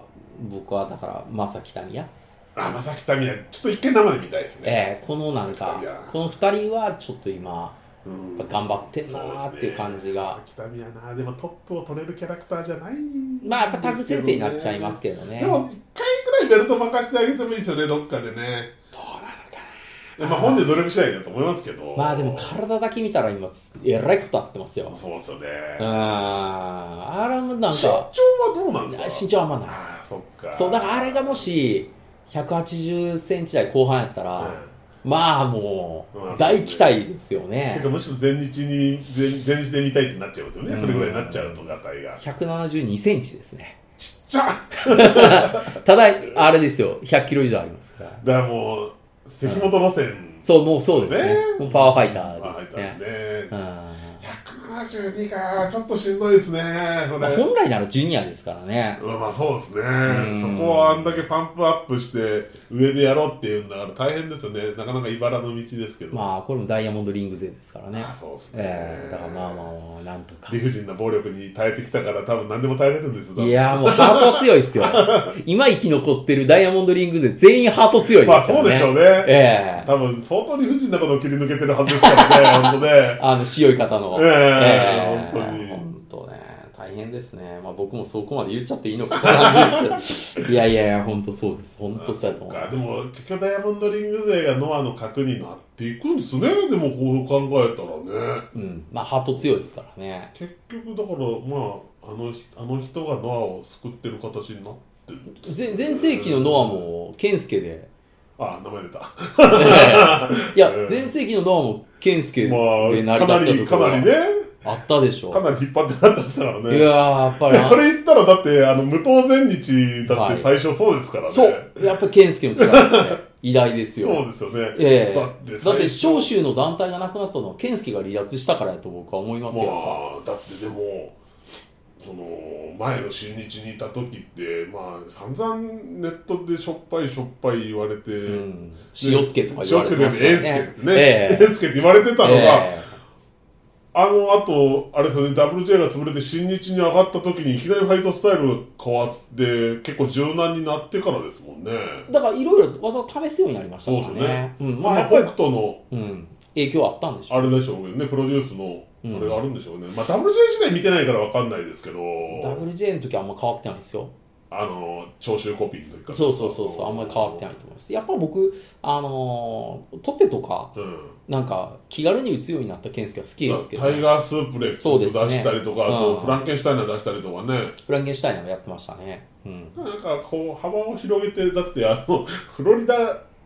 Speaker 3: 僕はだから正木民也、
Speaker 2: あ、まさきたみや、ちょっと一回生で見たいですね。
Speaker 3: ええこのなんか
Speaker 2: 正木民也
Speaker 3: この2人はちょっと今
Speaker 2: うん
Speaker 3: やっぱ頑張ってんなーっていう感じが、
Speaker 2: そうですね正木民也な、でもトップを取れるキャラクターじゃないんですけどね
Speaker 3: まあやっぱタグ先生になっちゃいますけどね
Speaker 2: でも、一回ぐらいベルト任せてあげてもいいですよね、どっかでね。
Speaker 3: どうなのかな
Speaker 2: まあ本で努力次第だと思いますけど。
Speaker 3: まあでも体だけ見たら今、えらいことあってますよ。
Speaker 2: そうっすよね。
Speaker 3: あーあれもなん
Speaker 2: 身長は
Speaker 3: か、
Speaker 2: どうなんですか
Speaker 3: 身長あんまない。
Speaker 2: ああ、そっか。
Speaker 3: そう、だからあれがもし、180センチ台後半やったら、まあも
Speaker 2: まあ
Speaker 3: う、大期待ですよ
Speaker 2: うんて
Speaker 3: ね
Speaker 2: か。むしろ前日に、前前日で見たいってなっちゃいますよね。
Speaker 3: うん
Speaker 2: それぐらいになっちゃうと、ガタイが。
Speaker 3: 172センチですね。
Speaker 2: ちっちゃ
Speaker 3: ただ、あれですよ、100キロ以上ありますから。
Speaker 2: だからもう、関本路線、
Speaker 3: そう、もうそうですね。
Speaker 2: ね
Speaker 3: もうパワーファイタ
Speaker 2: ま
Speaker 3: ー
Speaker 2: あ入っ
Speaker 3: です
Speaker 2: たん
Speaker 3: ね。
Speaker 2: で
Speaker 3: う
Speaker 2: ね。
Speaker 3: ん
Speaker 2: 172か、ちょっとしんどいですね。こ
Speaker 3: まあ
Speaker 2: れ。
Speaker 3: 本来ならジュニアですからね。
Speaker 2: うんまあそうですね、
Speaker 3: ん
Speaker 2: そこをあんだけパンプアップして上でやろうっていうんだから大変ですよねなかなか茨の道ですけど、
Speaker 3: まあ、これもダイヤモンドリング勢ですからね。
Speaker 2: あそうですね、
Speaker 3: ええだからまあまあまあ、なんとか。
Speaker 2: 理不尽な暴力に耐えてきたから多分何でも耐えれるんですよ
Speaker 3: いやーもうハートは強いっすよ。今生き残ってるダイヤモンドリング勢全員ハート強い
Speaker 2: まあ
Speaker 3: から
Speaker 2: そうでしょうね、
Speaker 3: ええ
Speaker 2: 多分相当理不尽なことを切り抜けてるはずですからね本当ね
Speaker 3: あの、強い方の。
Speaker 2: ええ
Speaker 3: え
Speaker 2: 本当に
Speaker 3: 本当ね。大変ですね。まあ僕もそこまで言っちゃっていいのかな いやいやいや、本当そうです。本当そうやと思
Speaker 2: そっか
Speaker 3: う。
Speaker 2: でも結局ダイヤモンドリング勢がノアの核になっていくんですねでもこう考えたらね
Speaker 3: うん。まあハート強いですからね。
Speaker 2: 結局だからまああのひあの人がノアを救ってる形になってるんです
Speaker 3: ぜ前世紀のノアも、ケンスケ で。
Speaker 2: あ名前出た
Speaker 3: いや
Speaker 2: ええ、
Speaker 3: 前世紀のノアも、ケンスケで成り立
Speaker 2: ま
Speaker 3: っ
Speaker 2: あ
Speaker 3: たと
Speaker 2: か
Speaker 3: こ
Speaker 2: な
Speaker 3: ろ
Speaker 2: りかなりね
Speaker 3: あったでしょ。
Speaker 2: かなり引っ張ってなってましたからね
Speaker 3: いやー、やっぱり
Speaker 2: で。それ言ったらだってあの無党前日だって最初そうですからね、
Speaker 3: そう。やっぱ健介の力って偉大ですよ。
Speaker 2: そうですよね、
Speaker 3: ええ
Speaker 2: だって
Speaker 3: だって、
Speaker 2: 最
Speaker 3: 長州の団体がなくなったのは、健介が離脱したからやと僕は思います
Speaker 2: ま
Speaker 3: よ、やっぱ。
Speaker 2: あだってでもその前の新日にいた時ってまあ散々ネットでしょっぱいしょっぱい言われて、
Speaker 3: うん。塩助とか言われて
Speaker 2: 塩
Speaker 3: ま
Speaker 2: 助
Speaker 3: し
Speaker 2: と
Speaker 3: た
Speaker 2: か
Speaker 3: よね。
Speaker 2: ねね
Speaker 3: ええ
Speaker 2: えって言われてたのが、
Speaker 3: え
Speaker 2: あの、あと、あれですよね、WJ が潰れて新日に上がった時にいきなりファイトスタイルが変わって、結構柔軟になってからですもんね。
Speaker 3: えだから、いろいろ技を試すようになりましたから
Speaker 2: そう
Speaker 3: ね。
Speaker 2: ですよね
Speaker 3: うん。ま
Speaker 2: ま
Speaker 3: あ、
Speaker 2: あ、
Speaker 3: やっぱ
Speaker 2: 北
Speaker 3: り、
Speaker 2: 斗の、
Speaker 3: うん。影響はあったんでしょ
Speaker 2: あれでしょうけどね、プロデュースの、
Speaker 3: うん
Speaker 2: あれがあるんでしょうね。まあ、WJ 時代見てないからわかんないですけど、
Speaker 3: う。WJ の時はあんま変わってないですよ。
Speaker 2: あの、徴収コピーというか。
Speaker 3: そうそうそうそう、あんまり変わってないと思います。やっぱ僕、あのートペとか、
Speaker 2: うん。
Speaker 3: なんか、気軽に打つようになった健介は好きですけど、
Speaker 2: タイガースープレックス
Speaker 3: そう
Speaker 2: 出
Speaker 3: ですね
Speaker 2: したりとか、あ
Speaker 3: う
Speaker 2: と、
Speaker 3: ん
Speaker 2: フランケンシュタイナー出したりとかね。
Speaker 3: フランゲンシュタイナーがやってましたね。うん。
Speaker 2: なんかこう幅を広げてだってあの フロリダ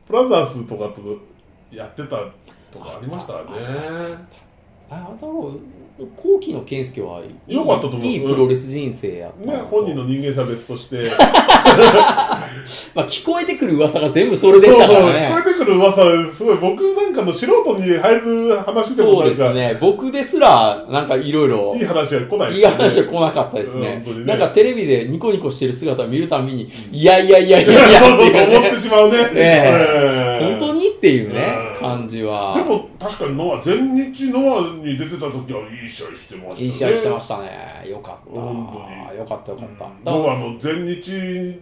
Speaker 2: ブラザーズとかとやってたとかありましたね
Speaker 3: あだろう後期の健介は
Speaker 2: 良かったと思います
Speaker 3: いいプロレス人生やった
Speaker 2: ね
Speaker 3: なと
Speaker 2: 本人の人間差別として
Speaker 3: まあ聞こえてくる噂が全 部それでしたから
Speaker 2: そうそう聞
Speaker 3: ね
Speaker 2: こえてくる噂すごい僕なんかの素人に入る話でも
Speaker 3: そう
Speaker 2: な
Speaker 3: で
Speaker 2: んか
Speaker 3: すね僕ですらなんかいろいろ
Speaker 2: いい話が来ない
Speaker 3: いい話
Speaker 2: が
Speaker 3: は来なかったですね
Speaker 2: うん本当にね
Speaker 3: なんかテレビでニコニコしてる姿を見るたびに、いやいやいやいやいやっていう
Speaker 2: 思っ
Speaker 3: ね
Speaker 2: てしまうね
Speaker 3: え
Speaker 2: ええ
Speaker 3: 本当にっていうね
Speaker 2: うん
Speaker 3: 感じは
Speaker 2: でも確かにノア全日ノアに出てた時はいい試合してましたね
Speaker 3: いい試合してましたねよかった
Speaker 2: 本当
Speaker 3: よかったよかった、だ
Speaker 2: 僕
Speaker 3: から
Speaker 2: はあの前日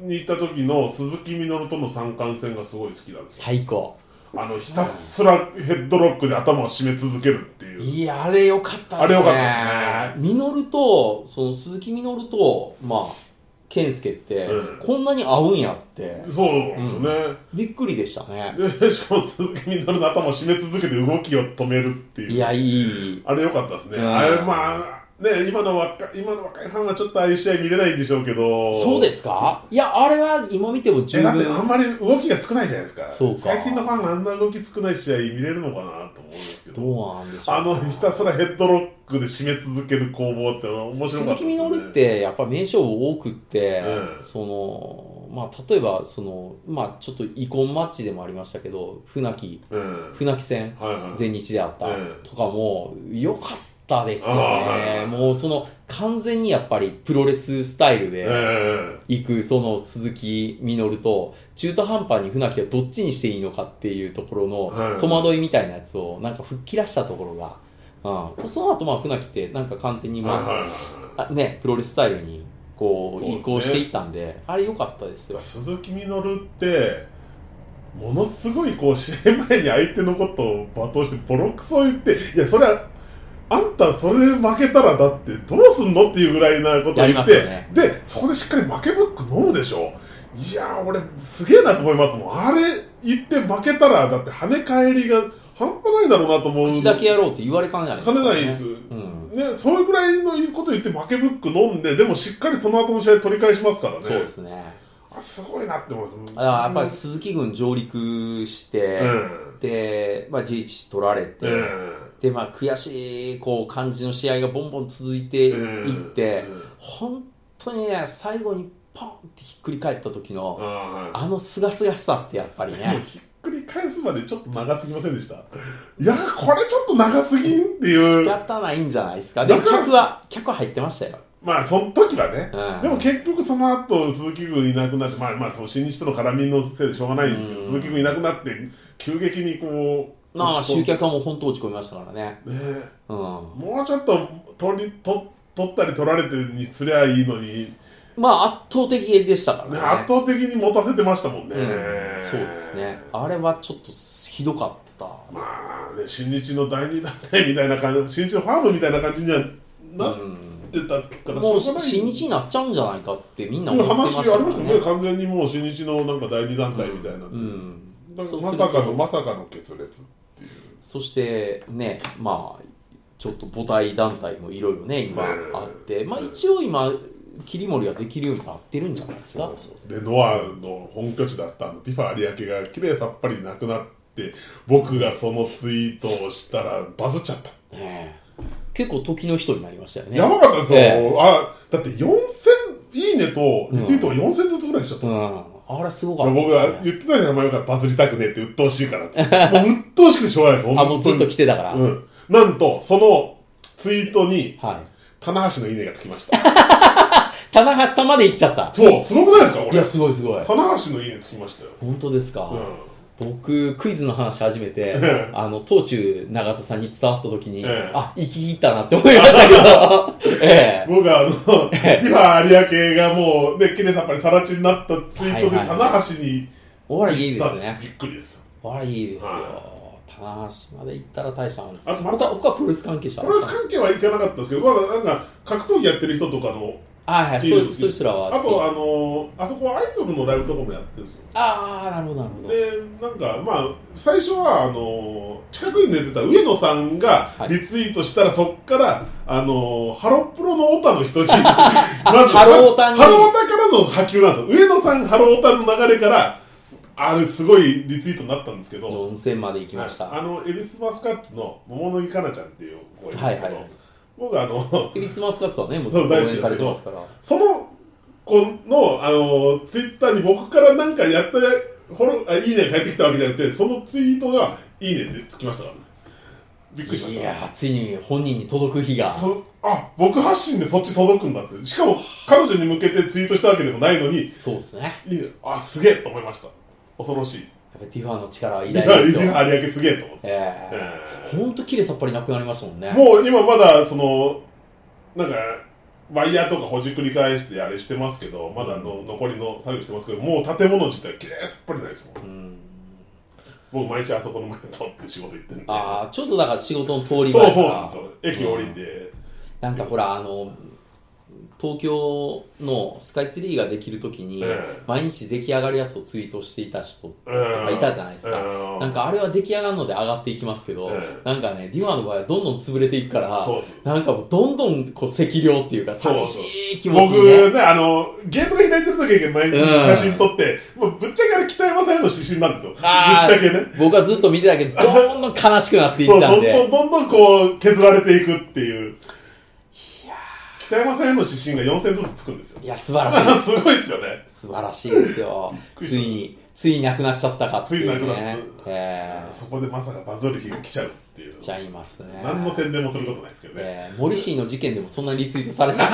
Speaker 2: に行った時の鈴木みのるとの三冠戦がすごい好きなんですよ
Speaker 3: 最高
Speaker 2: あのひたすらヘッドロックで頭を締め続けるっていう
Speaker 3: いや、あれ良かった
Speaker 2: あ
Speaker 3: で
Speaker 2: れ
Speaker 3: す
Speaker 2: 良
Speaker 3: ね。
Speaker 2: かった
Speaker 3: ミノルと、その鈴木ミノルと、まあ、健介って、
Speaker 2: うん
Speaker 3: こんなに合うんやって、
Speaker 2: そうなんですよね、
Speaker 3: びっくりでしたね。
Speaker 2: でしかも鈴木みのるの頭を締め続けて動きを止めるっていう
Speaker 3: いや、いい。
Speaker 2: あれ良かったですね、
Speaker 3: うん
Speaker 2: あれまあね今の若今の若いファンはちょっとああいう試合見れないんでしょうけど
Speaker 3: そうですかいや、あれは今見ても
Speaker 2: え
Speaker 3: 十
Speaker 2: だってあ
Speaker 3: 分。
Speaker 2: んまり動きが少ないじゃないですか
Speaker 3: そうか
Speaker 2: 最近のファンがあんな動き少ない試合見れるのかなと思うんですけど
Speaker 3: どうなんでしょう
Speaker 2: あのひたすらヘッドロックで締め続ける攻防って面白か
Speaker 3: 鈴
Speaker 2: った
Speaker 3: 木
Speaker 2: で
Speaker 3: み
Speaker 2: す
Speaker 3: の
Speaker 2: よ
Speaker 3: るっ
Speaker 2: ね。
Speaker 3: てやっぱ名勝負多くって、
Speaker 2: うん
Speaker 3: そのまあ例えばそのまあちょっと遺恨マッチでもありましたけど船木
Speaker 2: うん。
Speaker 3: 船木戦
Speaker 2: はいはい。
Speaker 3: 全日であった
Speaker 2: ええ
Speaker 3: とかも良かったですよ
Speaker 2: ああはい
Speaker 3: ね
Speaker 2: はい。
Speaker 3: もうその完全にやっぱりプロレススタイル
Speaker 2: え
Speaker 3: で
Speaker 2: え
Speaker 3: 行くその鈴木みのると中途半端に船木はどっちにしていいのかっていうところ
Speaker 2: はいは
Speaker 3: の
Speaker 2: い
Speaker 3: 戸惑いみたいなやつをなんか吹っ切らしたところが、うん、その後まあ船木ってなんか完全に
Speaker 2: はいはい
Speaker 3: ま
Speaker 2: は
Speaker 3: あ、あね、プロレススタイルにこ
Speaker 2: そう
Speaker 3: う
Speaker 2: ですね
Speaker 3: 移行していったんであれ良かったですよ
Speaker 2: い。。鈴木みのるって、ものすごいこう試合前に相手のことを罵倒してボロクソ言って、いや、それは、あんたそれで負けたらだってどうすんのっていうぐらいなこと
Speaker 3: やり
Speaker 2: 言
Speaker 3: ま
Speaker 2: っ
Speaker 3: す
Speaker 2: て、
Speaker 3: よね
Speaker 2: で、そこでしっかり負けブック飲むでしょ。いやー、俺、すげえなと思いますもん。あれ、言って負けたら、だって跳ね返りが半端ないだろうなと思う。
Speaker 3: 口だけやろうって言われかねない
Speaker 2: 跳ねないです。
Speaker 3: うん
Speaker 2: ね、それぐらいのこと言って負けブック飲んで、でもしっかりその後の試合取り返しますからね。
Speaker 3: そうですね
Speaker 2: あ、すごいなって思います。
Speaker 3: だからやっぱり鈴木軍上陸して、
Speaker 2: うん
Speaker 3: で、まあ、G1 取られて、
Speaker 2: え
Speaker 3: で、まあ、悔しいこう感じの試合がボンボン続いて
Speaker 2: え
Speaker 3: いって、
Speaker 2: うん
Speaker 3: 本当にね、最後にポンってひっくり返った時の、
Speaker 2: あ
Speaker 3: あのすがすがしさってやっぱり
Speaker 2: ーでも
Speaker 3: ね、
Speaker 2: ひっくり返すまでちょっと長すぎませんでした。いや、これちょっと長すぎんってい
Speaker 3: 仕
Speaker 2: う。
Speaker 3: 方ないんじゃないですか。でも
Speaker 2: だから
Speaker 3: 客は、客は入ってましたよ。
Speaker 2: まあ、その時はね。
Speaker 3: うん
Speaker 2: でも結局その後、鈴木軍いなくなって、まあまあ、その新日との絡みのせいでしょうがないんですけど、
Speaker 3: うん
Speaker 2: 鈴木軍いなくなって、急激にこう、
Speaker 3: まあ、
Speaker 2: 落ち込
Speaker 3: 集
Speaker 2: んね
Speaker 3: 客はもう本当落ち込みましたからね。
Speaker 2: え
Speaker 3: うん。
Speaker 2: もうちょっと取り取取ったり取られてにすりゃいいのに、
Speaker 3: まあ、圧倒的でしたからね。
Speaker 2: ね、圧倒的に持たせてましたもんね、
Speaker 3: うんそうですね。あれはちょっとひどかった。
Speaker 2: まあね新日の第二団体みたいな感じ新日のファームみたいな感じにはなってたから
Speaker 3: もう
Speaker 2: しょがない
Speaker 3: 新日になっちゃうんじゃないかってみんな
Speaker 2: ってい
Speaker 3: 思っ
Speaker 2: う
Speaker 3: てまし
Speaker 2: 話
Speaker 3: た
Speaker 2: あ
Speaker 3: から
Speaker 2: りますよね
Speaker 3: ね。
Speaker 2: 完全にもう新日のなんか第二団体みたいな、
Speaker 3: うん。
Speaker 2: だから
Speaker 3: そう
Speaker 2: ます
Speaker 3: る
Speaker 2: さ
Speaker 3: と
Speaker 2: かのまさかの決裂
Speaker 3: そしてね、まあ、ちょっと母体団体もいろいろね、今
Speaker 2: うん
Speaker 3: あって、まあ一応今、切り盛りができるようになってるんじゃないですか。
Speaker 2: でノアの本拠地だったあのティファ有明がきれいさっぱりなくなって僕がそのツイートをしたらバズっちゃった
Speaker 3: ねえ結構時の人になりましたよね。
Speaker 2: やばかったですよ、
Speaker 3: え
Speaker 2: あだって4000いいねとリツイートが4000ずつぐらいしちゃった
Speaker 3: うん
Speaker 2: ですよ、
Speaker 3: ん。あれすごかった
Speaker 2: 僕は
Speaker 3: ね。
Speaker 2: 言ってたじゃん、前からバズりたくねえって鬱陶しいからって。もう鬱陶しくてしょうがないです、
Speaker 3: あ、もうずっと来てたから。
Speaker 2: う
Speaker 3: はい。
Speaker 2: ん。なんと、そのツイートに、棚橋のいいねがつきました。
Speaker 3: 棚橋さんまで行っちゃった。
Speaker 2: そう、すごくないですか、
Speaker 3: い
Speaker 2: 俺
Speaker 3: や、。すごいすごい。
Speaker 2: 棚橋のいいねつきましたよ。
Speaker 3: 本当ですか。
Speaker 2: う
Speaker 3: 僕、クイズの話初めて
Speaker 2: ええ、
Speaker 3: あの、東中永田さんに伝わった時に、
Speaker 2: ええ
Speaker 3: あ、生き切ったなって思いましたけど、 え
Speaker 2: ん。僕はあの、 今、有明がもう、ね、きれいさっぱりさらちになったツイートで、
Speaker 3: はいはい
Speaker 2: 棚橋に、
Speaker 3: え。おらいいで
Speaker 2: だ
Speaker 3: すね。
Speaker 2: びっくりですよ。
Speaker 3: おらいいですよ
Speaker 2: は。
Speaker 3: 棚橋まで行ったら大したもんです、ね。
Speaker 2: あとま
Speaker 3: 他、他プロレス関係者
Speaker 2: プロレス関係はいかなかったですけど、まあ、なんか、格闘技やってる人とかの、
Speaker 3: あ、はいはい、そういうそういう人らは。
Speaker 2: あと、あの、あそこアイドルのライブとかもやってるんですよ。
Speaker 3: あー、なるほど、なるほど。
Speaker 2: でなんかまあ最初はあの近くに寝てた上野さんが
Speaker 3: はい
Speaker 2: リツイートしたら、そっからあのハロプロのオタ の人にまず
Speaker 3: ハロオタに
Speaker 2: ハロオタからの波及なんですよ上野さんハロオタの流れからあれすごいリツイートになったんですけど
Speaker 3: 温泉まで行きまし
Speaker 2: あ
Speaker 3: た。
Speaker 2: の恵比寿マスカッツの桃乃木かなちゃんっていう子がいるんですけど、
Speaker 3: はいはい
Speaker 2: 僕あの
Speaker 3: クリスマスカッツはね、もう
Speaker 2: そう
Speaker 3: 応
Speaker 2: 大好きです
Speaker 3: 援されてますから。
Speaker 2: その子のあのツイッターに僕からなんかやったフォローあいいねが返ってきたわけじゃなくてそのツイートがいいねってつきましたからねびっくりしまし
Speaker 3: い
Speaker 2: た
Speaker 3: やー、ついに本人に届く日が。
Speaker 2: そあ僕発信でそっち届くんだってしかも彼女に向けてツイートしたわけでもないのに
Speaker 3: そうですね。や
Speaker 2: いいねあすげえと思いました恐ろしい
Speaker 3: っぱりディファーの力は偉
Speaker 2: いや
Speaker 3: 大ですよ。
Speaker 2: 有明すげえと思って、
Speaker 3: ええ
Speaker 2: え
Speaker 3: ほんと綺麗さっぱりなくなりましたもんね。
Speaker 2: ーもう今まだそのなんかワイヤーとかほじくり返してあれしてますけどまだあの残りの作業してますけどもう建物自体きれいさっぱりないですもん
Speaker 3: うん
Speaker 2: 僕毎日あそこの前通って仕事行ってんで
Speaker 3: ああ、ちょっとだから仕事の通り前か
Speaker 2: そう
Speaker 3: ら
Speaker 2: そうなんですよ駅降りて、
Speaker 3: なんかほら、あの、東京のスカイツリーができるときに
Speaker 2: ええ、
Speaker 3: 毎日出来上がるやつをツイートしていた人と
Speaker 2: うん
Speaker 3: かいたじゃないですか
Speaker 2: う。ん
Speaker 3: なんかあれは出来上がるので上がっていきますけど
Speaker 2: え、
Speaker 3: なんかね、ディワの場合はどんどん潰れていくから
Speaker 2: そうそう、
Speaker 3: なんかもうどんどんこう積量っていうか、
Speaker 2: そうそう
Speaker 3: 寂しい気持ち
Speaker 2: 僕
Speaker 3: にね。
Speaker 2: ねあのゲートが開いてる時は毎日写真撮って、もうぶっちゃけあれ北山さんへの指針なんですよぶっち
Speaker 3: あ
Speaker 2: ゃ
Speaker 3: ー
Speaker 2: けね
Speaker 3: 僕はずっと見てたけど、どんどん悲しくなってい
Speaker 2: そ
Speaker 3: っ
Speaker 2: う
Speaker 3: た
Speaker 2: ど
Speaker 3: ん
Speaker 2: んどん
Speaker 3: で、
Speaker 2: どんどんこう削られていくっていう北山さんへの指針が4000ずつつくんですよ
Speaker 3: いや、素晴らしい。
Speaker 2: すごいですよね
Speaker 3: 素晴らしいですよ。ついに、ついになくなっちゃったかっていう、ね。
Speaker 2: ついになくなった
Speaker 3: えー
Speaker 2: そこでまさかバズる日が来ちゃうっていう
Speaker 3: ちゃいますね。
Speaker 2: 何の宣伝もすることないですけどね、
Speaker 3: えー、モリシーの事件でもそんなリツイートされない。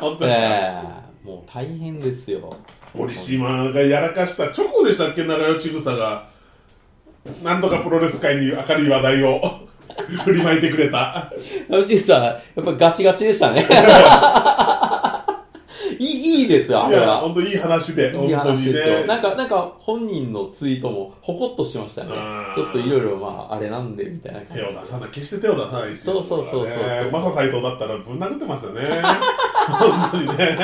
Speaker 2: 本当に、
Speaker 3: えー、もう大変ですよ。
Speaker 2: 森島がやらかしたチョコでしたっけ長与千草がなんとかプロレス界に明るい話題を振りまいてくれた
Speaker 3: うちさん、やっぱガチガチでした ね。いい、いいですよ、あ
Speaker 2: い
Speaker 3: れ
Speaker 2: や
Speaker 3: は。
Speaker 2: 本当いい話で
Speaker 3: いい
Speaker 2: 本当
Speaker 3: 話
Speaker 2: に
Speaker 3: ですよ。
Speaker 2: ね
Speaker 3: なんか、なんか本人のツイートもほこっとしてましたね
Speaker 2: うん。
Speaker 3: ちょっといろいろまあ、あれなんでみたいな感じ
Speaker 2: 手を出さない決して手を出さないですよ
Speaker 3: そうそうそうそう
Speaker 2: ねマサ斎藤だったらぶん殴ってましたね本当にね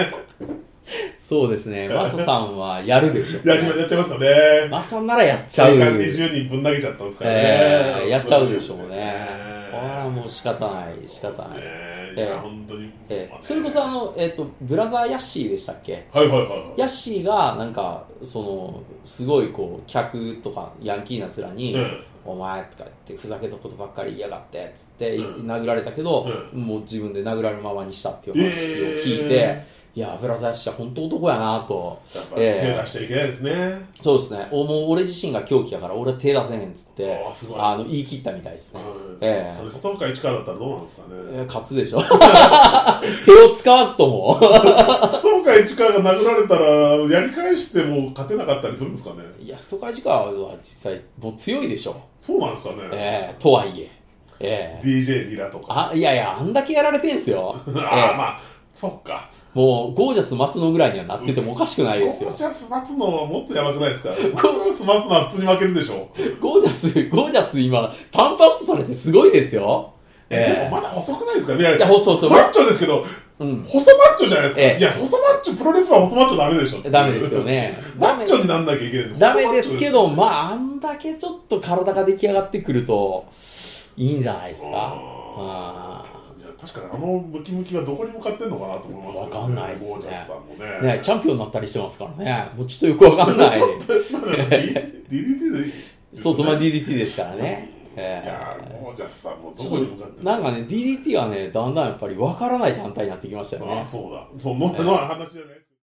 Speaker 3: そうですね。マサさんはやるでしょうね、
Speaker 2: やりまやっちゃいますよね。
Speaker 3: マサさんならやっちゃう。
Speaker 2: 年間20人ぶん投げちゃったんですからね。
Speaker 3: えーやっちゃうでしょうね。
Speaker 2: え
Speaker 3: これはもう仕方ない、仕方ない。
Speaker 2: ねい
Speaker 3: え
Speaker 2: や、
Speaker 3: え
Speaker 2: 本当に。
Speaker 3: えーそれこそあの、えっ、と、ブラザーヤッシーでしたっけ
Speaker 2: はいはいはいはい。
Speaker 3: ヤッシーが、なんか、その、すごいこう、客とか、ヤンキーなつらに、
Speaker 2: うん
Speaker 3: お前とか言って、ふざけたことばっかり言いやがって、っつって、殴られたけど、もう自分で殴られるままにしたっていう話を聞いて、
Speaker 2: え
Speaker 3: いや、ブラザーヤッシーは本当男やなと。
Speaker 2: やっぱ
Speaker 3: ええ
Speaker 2: 手出しちゃいけないですね。
Speaker 3: そうですね。おもう俺自身が狂気やから、俺は手出せへんっつって
Speaker 2: あーすごい、
Speaker 3: あの、言い切ったみたいですね。え
Speaker 2: うん
Speaker 3: え
Speaker 2: それストーカー市川だったらどうなんですかね。
Speaker 3: えー勝つでしょ 手を使わずとも
Speaker 2: ストーカー市川が殴られたら、やり返しても勝てなかったりするんですかね。
Speaker 3: いやストカジカは実際もう強いでしょ、
Speaker 2: そうなんですかね。
Speaker 3: えー、とはいええー
Speaker 2: DJ ニラとか。
Speaker 3: あいやいやあんだけやられてんすよ、え
Speaker 2: ああ、
Speaker 3: ー
Speaker 2: まあ、そっか。
Speaker 3: もうゴージャス松野ぐらいにはなっててもおかしくないです
Speaker 2: ゴ
Speaker 3: よ
Speaker 2: ージャス待つのはもっとやばくないですかゴージャス待つのは普通に負けるでしょ。
Speaker 3: ゴージャスゴージャス今タンプアップされてすごいですよ
Speaker 2: え、でも
Speaker 3: え
Speaker 2: まだ細くないですかね。いや
Speaker 3: ー、いやそうそうそう
Speaker 2: マッチョですけど、
Speaker 3: うん
Speaker 2: 細マッチョじゃないですか。
Speaker 3: ええ
Speaker 2: いや、細マッチョ、プロレスラー細マッチョダメでしょ。
Speaker 3: ダメですよ。 ね
Speaker 2: マッチョになんなきゃいけない。
Speaker 3: ダメですけど、
Speaker 2: 細
Speaker 3: まあ、あんだけちょっと体が出来上がってくると、いいんじゃないですか。
Speaker 2: あマッチョです。いや、確かにあのムキムキはどこに向かってんのかなと思いますけど、
Speaker 3: わかんないですね
Speaker 2: ゴージャスさんもね。
Speaker 3: うんね、チャンピオンになったりしてますからね。もうちょっとよくわかんない
Speaker 2: ち。ょっと、まだ D- DDT で。
Speaker 3: そう、まあ DDT ですからね。
Speaker 2: い
Speaker 3: え
Speaker 2: やー、ゴージャスさんも
Speaker 3: え
Speaker 2: どこに向かってんの
Speaker 3: なんかね、DDT はね、だんだんやっぱりわからない団体になってきましたよ
Speaker 2: ああ、
Speaker 3: ね。
Speaker 2: そうだ。その、の話じゃない。